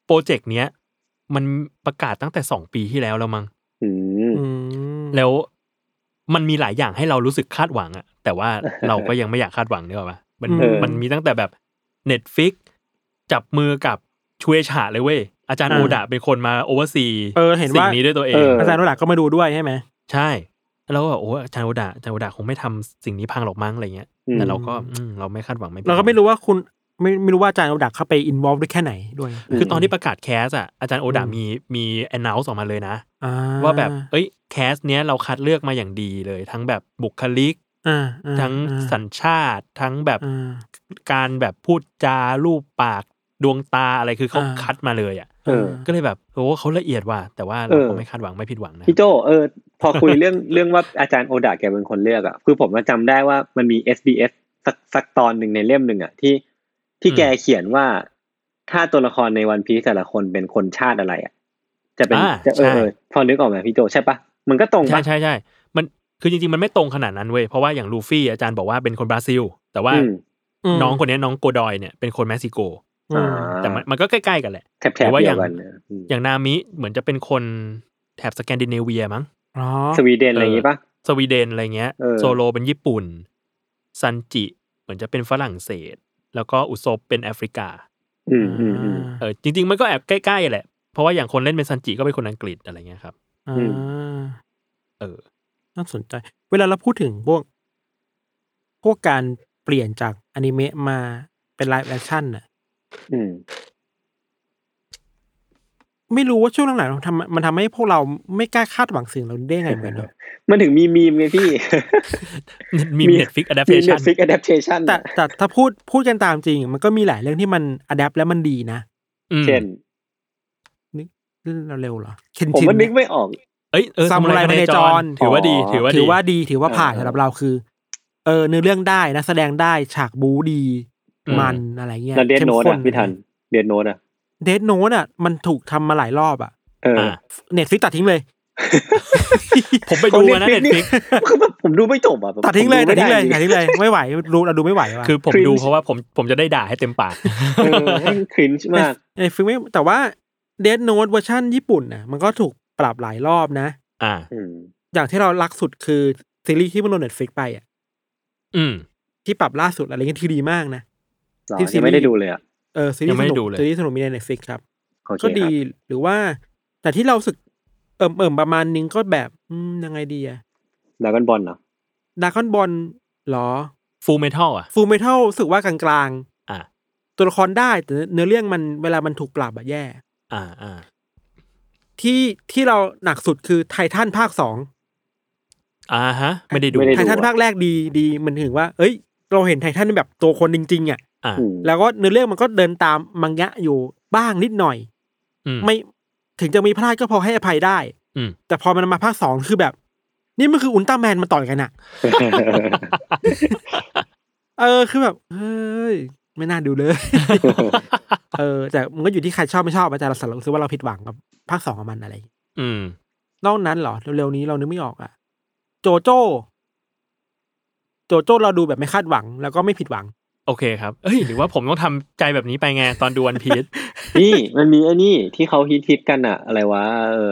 โปรเจกต์เนี้ย มันประกาศตั้งแต่สองปีที่แล้วแล้วมั้ง อืม อืม แล้วมันมีหลายอย่างให้เรารู้สึกคาดหวังอะแต่ว่าเราก็ยังไม่อยากคาดหวังเนกอะปะมัน เออ มันมีตั้งแต่แบบเน็ตฟิกจับมือกับชูเอชาเลยเว้ย อาจารย์โอดะเป็นคนมาโอเวอร์ซี เออเห็น สิ่ ว่าง นี้ด้วยตัวเอง เออ อาจารย์นุหลักก็มาดูด้วยใช่ไหม ใช่ แล้วก็แบบโอ้อาจารย์โอดะอาจารย์โอดะคงไม่ทำสิ่งนี้พังหรอกมั้งอะไรเงี้ย อืม แต่เราก็อืมเราไม่คาดหวังไม่ป็น เราก็ไม่รู้ว่าคุณไม่ไม่รู้ว่าอาจารย์นุหลักเข้าไปอินวอลด้วยแค่ไหนด้วย คือตอนที่ประกาศแคสอะอาจารย์โอดะ อืม มีมีแอนนาวส์ออกมาเลยนะ อ่ ว่าแบบเอ้ยแคสเนี้ยเราคัดเลือกมาอย่างดีเลย ทั้งแบบบุคลิก อ่าอ่า ทั้ง อ่า สัญชาติทั้งแบบ อ่า การแบบพูดจารูปปากดวงตาอะไรคือเขา อ่า คัดมาเลยอ่ะ เออ ก็เลยแบบโอ้เขาละเอียดว่ะแต่ว่าเราก็ไม่คาดหวังไม่ผิดหวังนะ พี่โจเออ พอคุยเรื่อง เรื่องว่าอาจารย์โอดาแกเป็นคนเลือกอ่ะคือผมก็จำได้ว่ามันมี SBS สักสักตอนหนึ่งในเล่มหนึ่งอ่ะที่ที่แกเขียนว่า ถ้าตัวละครในวันพีซแต่ละคนเป็นคนชาติอะไรอ่ะจะเป็นจะเออเออพอนึกออกไหมพี่โจใช่ปะมันก็ตรง ใช่ ปะ ใช่ใช่มันคือจริงๆมันไม่ตรงขนาดนั้นเว้ยเพราะว่าอย่างลูฟี่อาจารย์บอกว่าเป็นคนบราซิล แต่ว่า อืม น้องคนเนี้ยน้องโกดอยเนี่ยเป็นคนเม็กซิโก อืม แต่มันมันก็ใกล้ๆกันแหละ แถบแถบเดียวกันนะอืม อย่างนามิเหมือนจะเป็นคนแถบสแกนดิเนเวียมั้ง อ๋อ สวีเดนอะไรอย่างงี้ปะ สวีเดนอะไรเงี้ย เออ โซโลเป็นญี่ปุ่น ซันจิเหมือนจะเป็นฝรั่งเศส แล้วก็อุซบเป็นแอฟริกา อืมอืมอืม เออจริง ๆ มันก็แอบใกล้ๆแหละ เพราะว่าอย่างคนเล่นเป็นซันจิก็เป็นคนอังกฤษอะไรเงี้ยครับ อ่ อืม า เออ น่าสนใจ เวลาเราพูดถึงพวก พวกการเปลี่ยนจากอนิเมะมาเป็นไลฟ์แอคชั่นน่ะ อืม ไม่รู้ว่าช่วงหลังๆมันทำมันทำให้พวกเราไม่กล้าคาดหวังสิ่งเหล่านี้ได้ไงเหมือนกันเนอะ มันถึงมีมีมไงพี่ มี มี Netflix มี adaptation Netflix adaptation แต่ อะ แต่ถ้าพูดพูดกันตามจริง มันก็มีหลายเรื่องที่มันอัดแอปแล้วมันดีนะ อืม เช่น เรื่องเร็วๆเหรอเคน ผม ชิน ก็นึกไม่ออก เอ้ยเออ ซามูไรพเนจร ถือว่าดี อ๋อ ถือว่า ถือว่าดีดีถือว่าผ่าน เออ สำหรับเราคือ เออเนื้อเรื่องได้นะแสดงได้ฉากบูดี อืม มันอะไรเงี้ย เราเดน ข้ม โนด ข้ อ่ะพี่ทันเดนโนดอ่ะ เดนโนดอ่ะมันถูกทำมาหลายรอบอ่ะ เอออ อ่ะ เน็ตฟิกตัดทิ้งเลย ผมไปดูมานะ Netflix เน็ตฟินี่ก คือแบบผมดูไม่จบอ่ะแบบ ตัดทิ้งเลย ผม ตัดทิ้งเลย ไม่ไ ตัดทิ้งเลยไม่ไหวรู้เราดูไม่ไหวว่ะ คือผมดูเพราะว่าผมผมจะได้ด่าให้เต็มปาก เออให้ครินช์มาก เน็ตฟิกไม่แต่ว่าเดนโนดเวอร์ชั่นญี่ปุ่นน่ะมันก็ถูกปรับหลายรอบนะ อ่า อืม อย่างที่เรารักสุดคือซีรีส์ที่มันลงเน็ตฟิกไปอ่ะ อืม ที่ปรับล่าสุดอะไรเงี้ยที่ดีมากนะ หรอ ที่ซีรีส์ ยังไม่ได้ดูเลยอ่ะ เออซีรี ยั ส์ งไม่ ส ได้ นุก ดูเลย ซีรีส์สนุกมีในเน็ตฟิกครับ โอเค ก็ดี ครับ หรือว่า แต่ที่เรารู้สึกเอิ่มเอิ่มประมาณนึงก็แบบอืมยังไงดีอะ ดราก้อนบอลเหรอ ดาร์คอนบอลหรอ ฟูลเมทัลอ่ะ ฟูเมทัลรู้สึกว่ากลาง อ่ะ ๆ ตัวละครได้แต่เนื้อเรื่องมันเวลามันถูกปรับอะแย่ อ่าอ่า ที่ที่เราหนักสุดคือไททันภาคสอง อ่าฮะ ไม่ได้ดู ไททันภาคแรกดีดีมันถึงว่า เอ้ย เราเห็นไททันแบบตัวคนจริงๆอะ อ่า อืม แล้วก็เนื้อเรื่องมันก็เดินตามมังงะอยู่บ้างนิดหน่อย อืม ไม่ถึงจะมีพลาดก็พอให้อภัยได้ อืม แต่พอมันมาภาคสองคือแบบ นี่มันคืออุลตร้าแมนมาต่อยกันอะเออคือแบบเฮ้ยไม่น่าดูเลย เออ แต่มันก็อยู่ที่ใครชอบไม่ชอบอาจารย์เราสรุปคือว่าเราผิดหวังกับภาคสองของมันอะไร อืม นอกนั้นเหรอเร็วๆนี้เรานึกไม่ออกอะโจโจ้โจโจ้เราดูแบบไม่คาดหวัง แล้วก็ไม่ผิดหวัง โอเคครับ เอ้ย หรือว่าผมต้องทำใจแบบนี้ไปไงตอนดูวันพี e นี่มันมีไอ้นี่ที่เขาฮิตฮิตๆกันอ่ะ อะไรวะเออ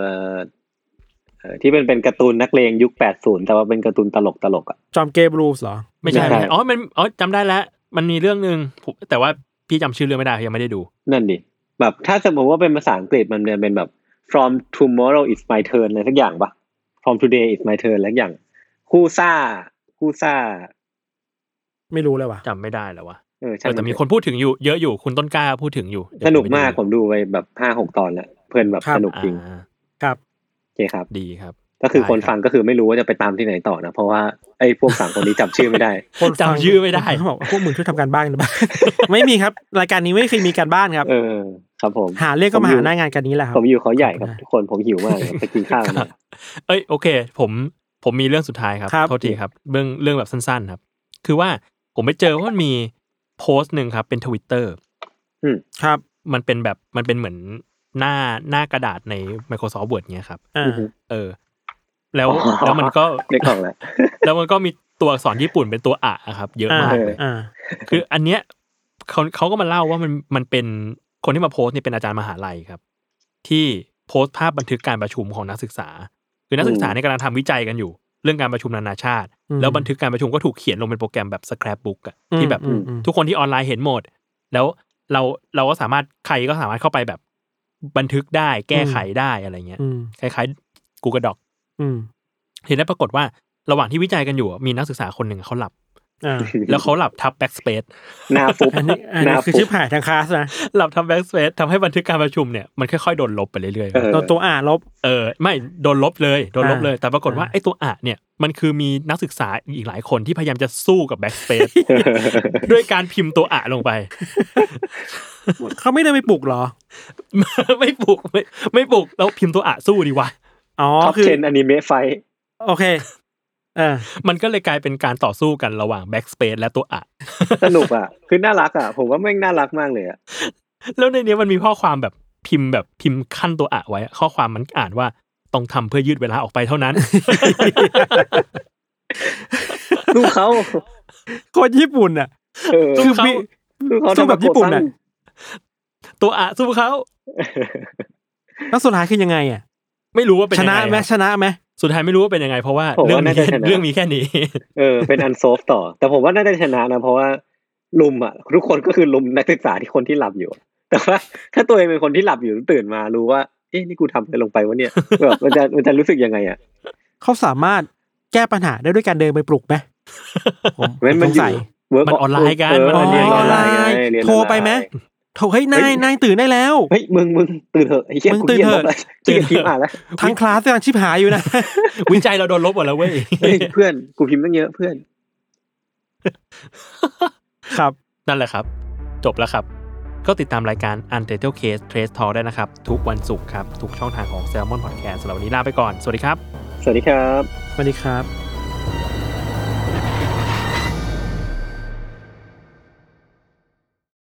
เออที่เป็นเป็นการ์ตูนนักเลงยุคแปดศูนย์แต่ว่าเป็นการ์ตูนตลกตลกๆอ่ะ จอมเกมรูสเหรอ ไม่ใช่ไม่ไม่ใช่ ใช่อ๋อมันอ๋อจำได้แล้ว มันมีเรื่องหนึ่งผมแต่ว่าพี่จำชื่อเรื่องไม่ได้ยังไม่ได้ดู นั่นดิ แบบถ้าสมมติว่าเป็นภาษาอังกฤษมันเป็นแบบ from tomorrow is my turn อะไรสักอย่างปะ from today is my turn อะไรสักอย่าง คู่ซ่า คู่ซ่า ไม่รู้เลยว่ะ จำไม่ได้แล้ววะ เออ เอ ใช่าง อแต่มี เถอะ คนพูดถึงอยู่เยอะอยู่คุณต้นกล้าพูดถึงอยู่เดี๋ยว สนุกมาก ผ ผมดูไปแบบห้าหกตอนแล้วเพลินแบบสนุก ไป จ ดู ริง อ่า ครับ โอเคครับ ดีครับ ก็คือ ได้ คน ครับ ฟังก็คือไม่รู้ว่าจะไปตามที่ไหนต่อนะ เพราะว่าไอ้พวกสามคนนี้จำชื่อไม่ได้ จำชื่อไม่ได้ เขาบอกว่าพวกมึงช่วยทำการบ้านกันบ้าง ไม่มีครับรายการนี้ไม่เคยมีการบ้านครับ เออ ครับผม หาเรื่องก็มา ผ หาหน้างานกันนี้แหละครับ ผมอยู่เขาใหญ่ครับ ขอบคุณ ทุกคนผมหิวมากครับไปกินข้าว ครั มา บ เอ้ยโอเค ผมผมมีเรื่องสุดท้ายครับ ครับ โทษทีครับเรื่องเรื่องแบบสั้น ๆ ครับ คือว่าผมไปเจอว่ามันมีโพสต์หนึ่งครับ เป็นทวิตเตอร์ ครับ มันเป็นแบบมันเป็นเหมือนหน้าหน้ากระดาษใน Microsoft Word เงี้ยครับ อ่า อือฮึ เออ แล้ว อ๋อ แล้วมันก็ เด็กออกแล้ว แล้วมันก็มีตัวอักษรญี่ปุ่นเป็นตัวอะอะครับ เยอะมากเลย อ่า คืออันเนี้ยเขาเขาก็มาเล่าว่ามันมันเป็นคนที่มาโพสต์เนี่ยเป็นอาจารย์มหาลัยครับ ที่โพสต์ภาพบันทึกการประชุมของนักศึกษา คือนักศึกษาเนี่ยกำลังทำวิจัยกันอยู่ เรื่องการประชุมนานาชาติ อืม แล้วบันทึกการประชุมก็ถูกเขียนลงเป็นโปรแกรมแบบสครับบุ๊กอะที่แบบ อืมอืม ทุกคนที่ออนไลน์เห็นหมด แล้วเราเราก็สามารถใครก็สามารถเข้าไปแบบบันทึกได้แก้ไขได้อะไรเงี้ย อืม คล้ายๆ Google Doc อืม ทีนี้ปรากฏว่าระหว่างที่วิจัยกันอยู่อะมีนักศึกษาคนหนึ่งเขาหลับ อ่า แล้วเขาหลับทับแบ็กสเปซ หน้าฟุบ อันนี้อัน ห นี้ น้า คือ ฟุ ชิ บบ หายทางคลาสนะ หลับทับแบ็กสเปซทำให้บันทึกการประชุมเนี่ยมันค่อยๆโดนลบไปเรื่อยๆ เออ ตัวตัวอ่านลบ เออไม่โดนลบเลยโดนลบเลย อ่า แต่ปรากฏว่า อ่า ไอ้ตัวอะเนี่ยมันคือมีนักศึกษาอีกหลายคนที่พยายามจะสู้กับแบ็กสเปซ ด้วยการพิมพ์ตัวอะลงไป เขาไม่ได้ไปปลุกเหรอ ไม่ปลุกไม่ไม่ปลุกแล้วพิมพ์ตัวอะสู้ดีวะ อ๋อ ท็อป คือ เทนอนิเมะไฟท์ โอเคเออ มันก็เลยกลายเป็นการต่อสู้กันระหว่างแบ็กสเปซและตัวอะ สนุกอ่ะ คือน่ารักอ่ะ ผมว่าแม่งน่ารักมากเลยอ่ะ แล้วในเนี้ยมันมีข้อความแบบพิมพ์แบบพิมพ์ขั้นตัวอะไว้อะข้อความมันอ่านว่าต้องทำเพื่อยืดเวลาออกไปเท่า นั้น ลูกเขา โคตรญี่ปุ่นอ่ะ เออคืสู้อ เขา มี ลูกเขา สู้แบบญี่ปุ่น ทำไมโกรธตั้ น่ะ ง ตัวอะสู้เขา แล้วสุดท้ายคือยังไงอ่ะ ไม่รู้ว่าเป็น ช ยัง นะ ไง ไหม อะ ชนะไหม สุดท้ายไม่รู้ว่าเป็นยังไง เพราะว่า ผม เรื่อง ว่า มี น่าจะ แค่ ชนะ เรื่องมีแค่นี้ เออ เป็นอันโซฟต่อ แต่ผมว่าน่าจะชนะนะ เพราะว่าลุมอ่ะ ทุกคนก็คือลุมนักศึกษาที่คนที่หลับอยู่ แต่ว่าถ้าตัวเองเป็นคนที่หลับอยู่ตื่นมารู้ว่า เอ๊ะนี่กูทำอะไรลงไปวะเนี่ยแบบมันจะมันจะรู้สึกยังไงอ่ะ เขาสามารถแก้ปัญหาได้ด้วยการเดินไปปลุกไหมผม เว้นมัน สง อยู่ สัย work มันออนไลน์กันมัน เเรีย ออนไลน์ งเยนออนลน์ โทรไปไหม โถเฮ้ยนาย เฮ้ย นายตื่นได้แล้ว เฮ้ยมึงมึงตื่นเถอะไอ้เหี้ย มึง กู ตื่น เหี้ย เถ ล อะ บแล้วเกียดพิมพ์อ่านแล้ว ทั้งคลาสกำลังชิบหายอยู่นะ วิจัยเราโดนลบหมดแล้วเว้ย เฮ้ยเพื่อนกูพิมพ์ตั้งเยอะเพื่อน ครับ นั่นแหละครับ จบแล้วครับ ก็ติดตามรายการ Untitled Case Trace Talk ได้นะครับ ทุกวันศุกร์ครับ ทุกช่องทางของ Salmon Podcast สำหรับวันนี้ลาไปก่อน สวัสดีครับ สวัสดีครับ สวัสดีครับ